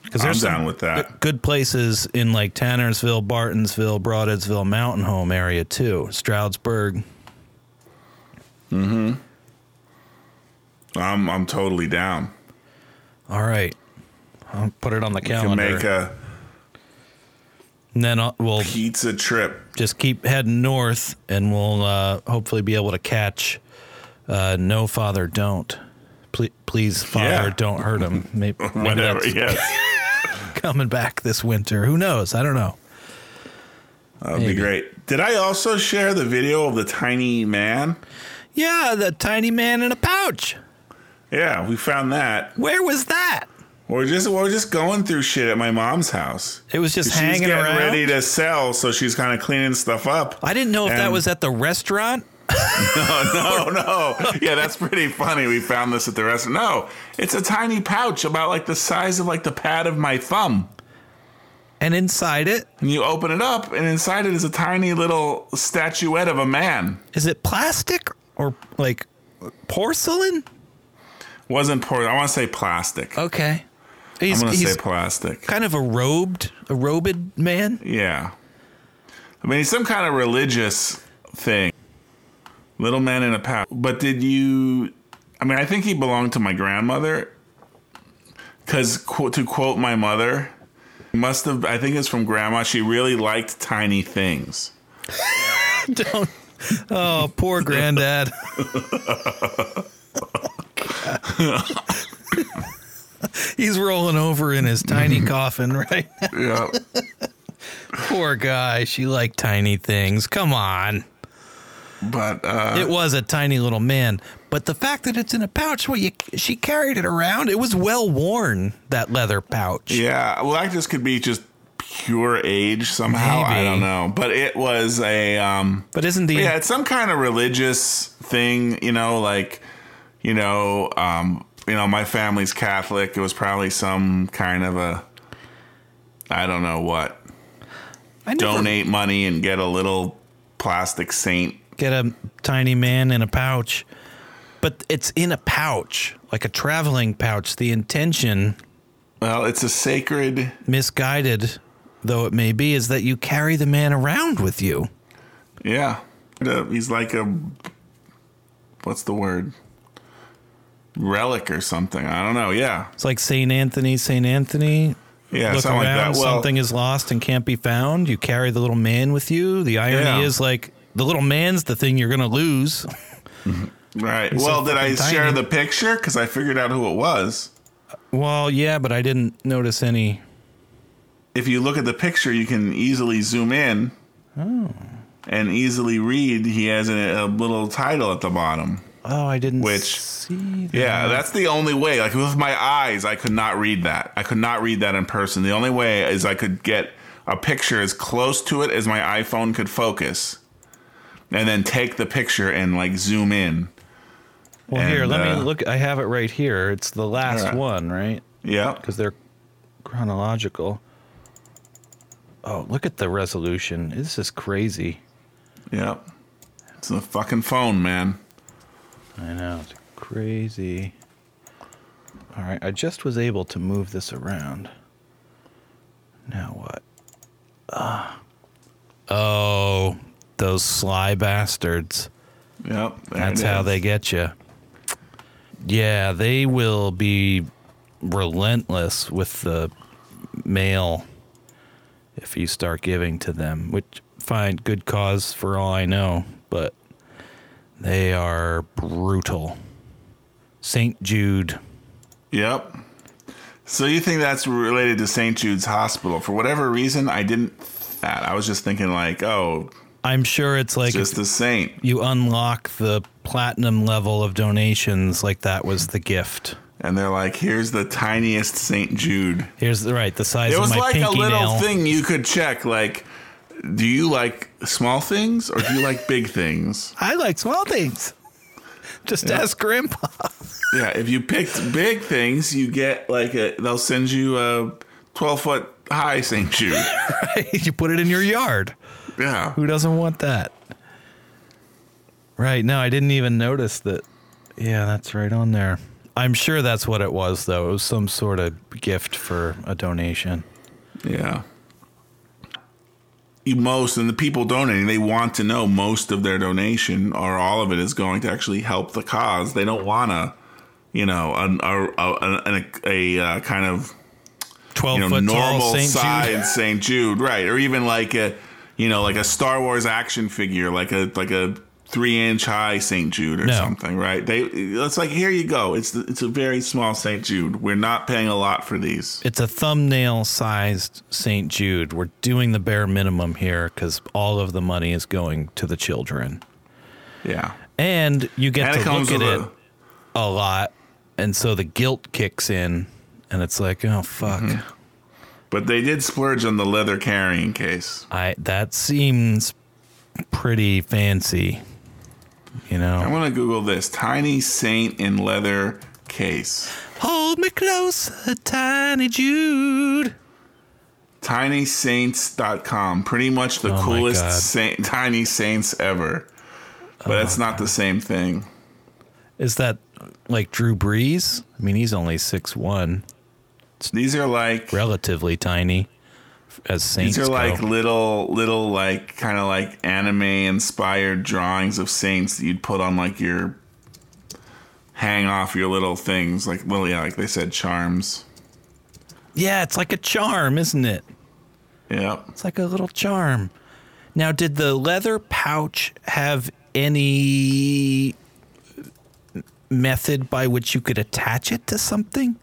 because
I'm
there's
down
some
with that.
good places in like Tannersville, Bartonsville, Broadheadsville, Mountain Home area too, Stroudsburg.
I'm I'm totally down.
All right. I'll put it on the
Can
calendar.
make a
and then I'll, we'll
pizza trip.
just keep heading north and we'll uh, hopefully be able to catch uh, No Father Don't Ple- please, Father,
Yeah.
don't hurt
(laughs)
him. Maybe, maybe
Whatever.
that's
Yes.
(laughs) coming back this winter. Who knows? I don't know.
That would be great. Did I also share the video of the tiny man?
Yeah, the tiny man in a pouch.
Yeah, we found that.
Where was that?
We're just we're just going through shit at my mom's house.
It was just
She's
hanging
getting
around.
ready to sell, so she's kind of cleaning stuff up.
I didn't know if that
And-
was at the restaurant.
(laughs) no, no. Yeah, that's pretty funny. We found this at the restaurant. No, it's a tiny pouch about like the size of like the pad of my thumb.
And inside it,
And you open it up, and inside it is a tiny little statuette of a man.
is it plastic or like porcelain?
Wasn't poor. I want to say plastic.
Okay. Oh, He's,
I'm gonna
he's
say plastic.
kind of a robed, a robed man.
Yeah. I mean, it's some kind of religious thing. Little man in a pouch. But did you. I mean, I think he belonged to my grandmother. Because to quote my mother, must have. I think it's from grandma. She really liked tiny things.
(laughs) Don't. Oh, poor granddad. (laughs) he's rolling over in his (laughs) tiny coffin right now.
Yeah.
Poor guy. She liked tiny things. Come on.
(laughs) but, uh.
It was a tiny little man, but the fact that it's in a pouch, well, you, she carried it around. It was well worn that leather pouch.
Yeah, well, that just could be just pure age somehow. I
Maybe.
don't know, but it was a um,
But isn't the
yeah, it's some kind of religious thing, you know, like you know, um, you know, my family's Catholic. It was probably some kind of a I don't know what
I never
donate money and get a little plastic saint.
get a tiny man in a pouch, but it's in a pouch, like a traveling pouch. The intention,
Well, it's a sacred.
misguided though it may be, is that you carry the man around with you.
Yeah, Uh, he's like a what's the word? Relic or something. I don't know. Yeah.
It's like Saint Anthony, Saint Anthony.
Yeah,
Look
something
around,
like that. Well,
something is lost and can't be found. You carry the little man with you. The irony
Yeah.
is like the little man's the thing you're gonna lose.
right. Well, did I
fucking
share
tiny.
the picture? Because I figured out who it was.
Well, yeah, but I didn't notice any.
If you look at the picture, you can easily zoom in and easily read. He has a, a little title at the bottom.
Oh, I didn't
Which-
see. That.
Yeah, that's the only way. Like with my eyes, I could not read that. I could not read that in person. The only way is I could get a picture as close to it as my iPhone could focus, and then take the picture and like zoom in.
Well, here,
and,
let
uh,
me look. I have it right here. It's the last
Alright.
one, right?
Yeah.
Because they're chronological. Oh, look at the resolution. This is crazy.
Yep. It's the fucking phone, man.
I know it's crazy. All right, I just was able to move this around. Now what? Uh, oh, those sly bastards.
Yep. there
That's
it
how
is.
they get you. Yeah, they will be relentless with the mail if you start giving to them, which fine, good cause for all I know, but they are brutal. St. Jude.
Yep. So you think that's related to St. Jude's Hospital? For whatever reason, I didn't. th- That I was just thinking like, oh,
I'm sure it's like
just a saint,
you unlock the platinum level of donations, like that was the gift.
and they're like, here's the tiniest St. Jude.
Here's the right, the size
It
of
was
my
like a
pinky
little
nail.
thing you could check, like, do you like small things or do you like big things?
I like small things. Just ask (laughs) Grandpa.
Yeah, if you picked big things, you get like a. They'll send you a twelve foot high St. Jude.
you put it in your yard.
Yeah.
Who doesn't want that? Right. No, I didn't even notice that. Yeah, that's right on there. I'm sure that's what it was, though. It was some sort of gift for a donation.
Yeah. You E, most and the people donating, they want to know most of their donation or all of it is going to actually help the cause. They don't want to, you know, an, a, a, a, a, uh kind of
12
you know
foot
normal
tall St. Jude. (laughs)
size St. Jude, right? Or even like a, you know, like a Star Wars action figure, like a like a three inch high St. Jude or
No.
something, right? They it's like here you go. It's the, it's a very small St. Jude. We're not paying a lot for these.
It's a thumbnail sized St. Jude. We're doing the bare minimum here because all of the money is going to the children.
Yeah,
And you get
and it
to
comes
look
with
at it
a
a lot. And so the guilt kicks in and it's like, oh, fuck.
Mm-hmm. but they did splurge on the leather carrying case.
I That seems pretty fancy, you
I'm
know?
gonna Google this tiny saint in leather case.
Hold me close, a tiny Jude.
tinysaints.com pretty much the
Oh my
coolest
God.
saint, tiny saints ever but
Oh
it's not the same thing
Is that like Drew Brees? I mean, he's only six one,
these are like
relatively tiny as Saints
these are like
go.
little little like kind of like anime inspired drawings of saints that you'd put on like your hang off your little things like well yeah like they said charms
Yeah, it's like a charm, isn't it?
yep
It's like a little charm. Now, did the leather pouch have any method by which you could attach it to something?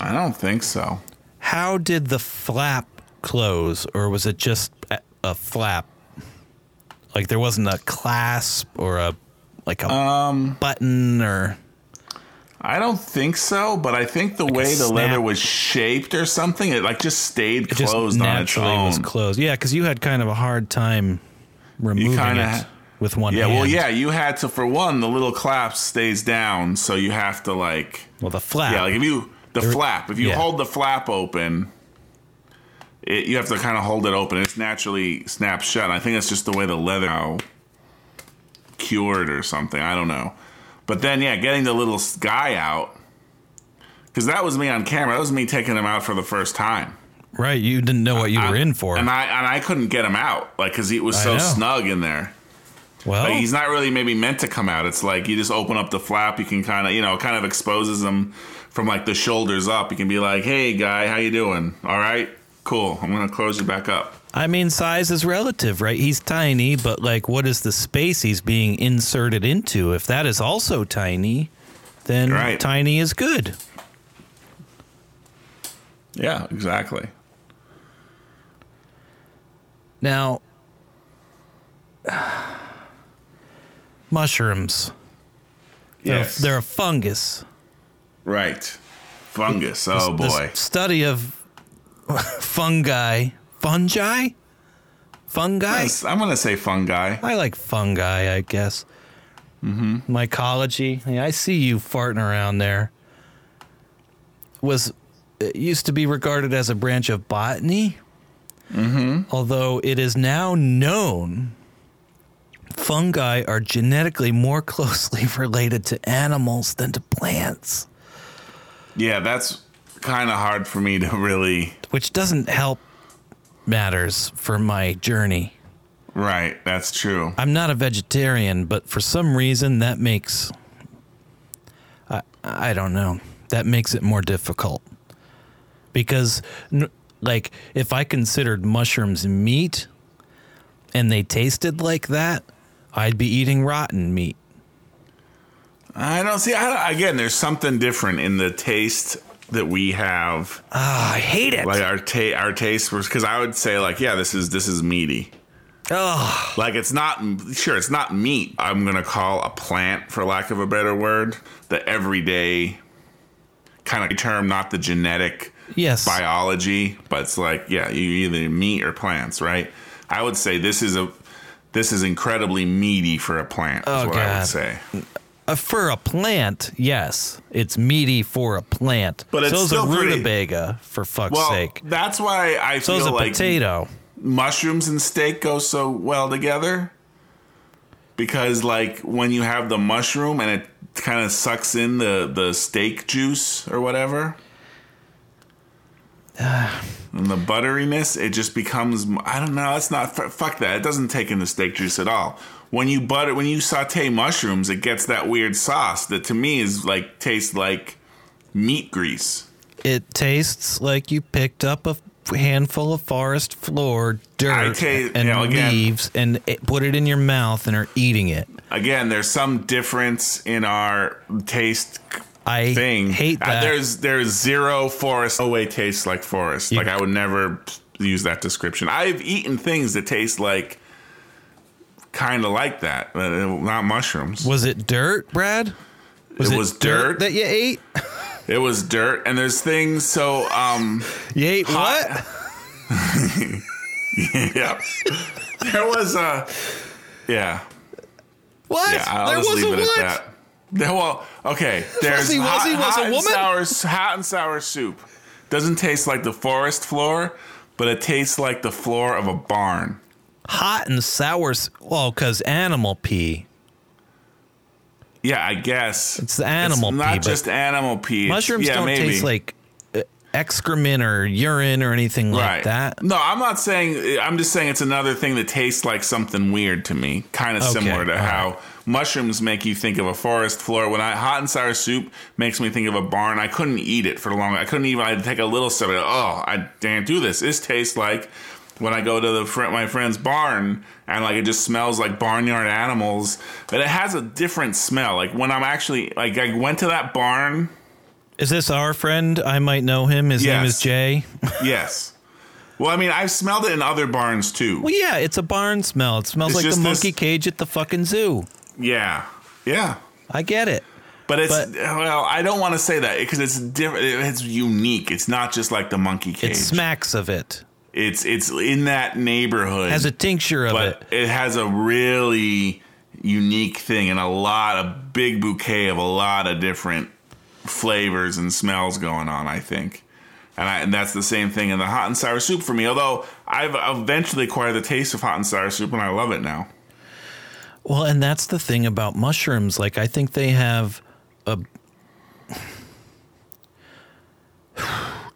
i don't think so
How did the flap close, or was it just a, a flap? Like there wasn't a clasp or a like a
Um,
button or
I don't think so, but I think the way the
snap.
leather was shaped or something, it like just stayed
it
closed
just
on its
naturally
own.
was closed. Yeah, because you had kind of a hard time removing
kinda-
it with one
Yeah,
hand.
well, yeah, you had to. For one, the little clasp stays down, so you have to like,
Well, the flap.
yeah, like if you the flap, if you
Ah. yeah.
hold the flap open, it, you have to kind of hold it open. It's naturally snaps shut. I think that's just the way the leather now cured or something. I don't know. But then, yeah, getting the little s- guy out because that was me on camera. That was me taking him out for the first time.
right. You didn't know what you were in for.
and I and I couldn't get him out like because he was
I
so
know. Oh.
snug in there.
well,
Like, he's not really maybe meant to come out. It's like you just open up the flap. You can kind of you know it kind of exposes him from like the shoulders up. You can be like, "Hey guy, how you doing? All right, cool. I'm gonna close you back up."
I mean, size is relative, right? He's tiny, but like, what is the space he's being inserted into? If that is also tiny, then
Right.
tiny is good.
Yeah, exactly.
Now, (sighs) mushrooms. They're-
Yes,
They're, a fungus.
right. Fungus. Oh
The s-
boy.
study of (laughs) fungi. Fungi? Fungi?
Yes, I'm gonna say fungi.
I like fungi, I guess. Mm-hmm. Mycology. Yeah, I see you farting around there. Was it used to be regarded as a branch of botany, mm-hmm. although it is now known fungi are genetically more (laughs) closely related to animals than to plants,
Yeah, that's kind of hard for me to really.
which doesn't help matters for my journey.
Right. That's true.
I'm not a vegetarian, but for some reason that makes I I don't know. That makes it more difficult. Because n- like if I considered mushrooms meat and they tasted like that, I'd be eating rotten meat.
I don't see. I, again, there's something different in the taste that we have.
Ah, I hate it.
like our ta- our taste was because I would say like yeah this is this is meaty
oh,
like it's not sure it's not meat I'm gonna call a plant for lack of a better word the everyday kind of term not the genetic
yes.
biology but it's like yeah you either meat or plants right I would say this is a this is incredibly meaty for a plant is
Oh,
what I
God.
would say
Uh, for a plant, yes. It's meaty for a plant.
But it's
so is
still
a
pretty-
rutabaga for fuck's
well
sake.
that's why I
So
feel
is a
like
potato.
mushrooms and steak go so well together because like when you have the mushroom and it kind of sucks in the the steak juice or whatever and the butteriness it just becomes i don't know that's not f- fuck that it doesn't take in the steak juice at all when you butter when you saute mushrooms it gets that weird sauce that to me is like tastes like meat grease
It tastes like you picked up a handful of forest floor
I
dirt
take-
and
you know, again-
leaves and it, put it in your mouth and are eating it.
Again, there's some difference in our taste
I
thing.
hate
Uh,
that.
there's there's zero forest. Oh wait, tastes like forest. Like I would never use that description. I've eaten things that taste like kind of like that, but uh, not mushrooms.
was it dirt, Brad?
it, was dirt.
that you ate.
it was dirt, and there's things. So um, (laughs)
You ate
Hot-
what?
yeah, there was a yeah.
What?
Yeah, I'll
there
just
was
leave
a
it
what?
at that. There- well, okay. There's
Fuzzy
hot,
Wuzzy (laughs) was
hot
a
and
woman?
sour s- hot and sour soup. Doesn't taste like the forest floor, but it tastes like the floor of a barn.
Hot and sour. s- Well, because animal pee.
Yeah, I guess
It's the animal
It's
pee,
not
but
just animal pee. It's-
Mushrooms
yeah,
don't
maybe.
taste like uh, excrement or urine or anything like that.
No, I'm not saying. I'm just saying it's another thing that tastes like something weird to me. Kind of
Okay,
similar to
all
how mushrooms make you think of a forest floor. When I hot and sour soup makes me think of a barn. I couldn't eat it for long. I couldn't even. I'd take a little sip. Of it. Oh, I can't do this. This tastes like when I go to the friend, my friend's barn and like it just smells like barnyard animals. But it has a different smell. Like when I'm actually like I went to that barn
Is this our friend? I might know him. His name
Yes.
is Jay.
Yes. Well, I mean, I've smelled it in other barns too.
Well, yeah, it's a barn smell. It smells
It's
like
just
the
this-
monkey cage at the fucking zoo.
yeah. Yeah.
I get it.
But it's
But-
well, I don't want to say that because it's different. It's unique. It's not just like the monkey cage.
It smacks of it.
it's it's in that neighborhood.
Has a tincture of
but
it.
it. has a really unique thing and a lot of big bouquet of a lot of different flavors and smells going on. I think, and, I, and that's the same thing in the hot and sour soup for me. Although I've eventually acquired the taste of hot and sour soup, and I love it now.
Well, and that's the thing about mushrooms. Like, I think they have a. (sighs)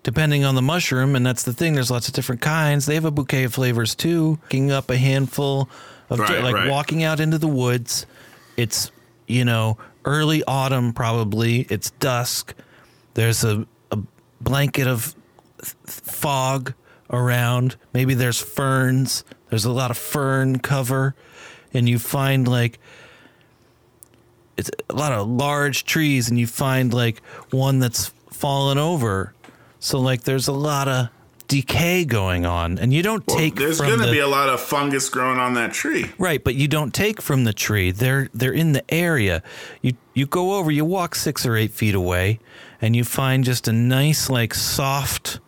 Depending on the mushroom, and that's the thing, there's lots of different kinds. They have a bouquet of flavors too. Picking up a handful of, di-
Right,
like,
right.
walking out into the woods. It's, you know, early autumn probably. It's dusk. There's a, a blanket of fog around. Maybe there's ferns. There's a lot of fern cover, and you find like it's a lot of large trees, and you find like one that's fallen over. So like there's a lot of decay going on, and you don't take
There's
from
going to
the-
be a lot of fungus growing on that tree.
Right, but you don't take from the tree. They're they're in the area. You you go over, you walk six or eight feet away, and you find just a nice, like soft,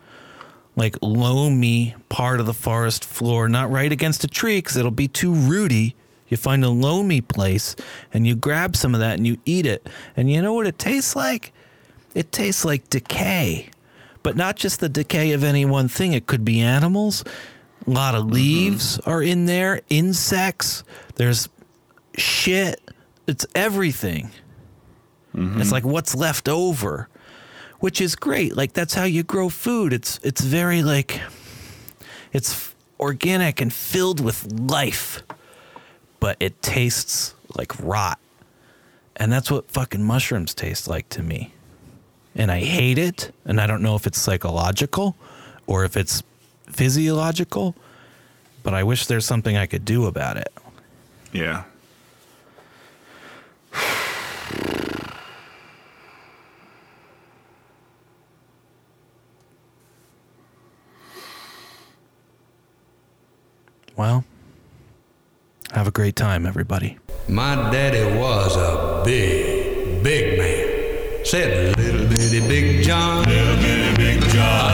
like loamy part of the forest floor, not right against a tree because it'll be too rooty. You find a loamy place and you grab some of that and you eat it. And you know what it tastes like? It tastes like decay. But not just the decay of any one thing, it could be animals. A lot of leaves are in there, insects, there's shit. It's everything. It's like what's left over, which is great. Like that's how you grow food. It's it's very like it's organic and filled with life. But it tastes like rot. And that's what fucking mushrooms taste like to me. And I hate it, and I don't know if it's psychological or if it's physiological, but I wish there's something I could do about it.
Yeah.
Well, have a great time, everybody.
My daddy was a big, big man. Said little bitty big John. Little bitty big John.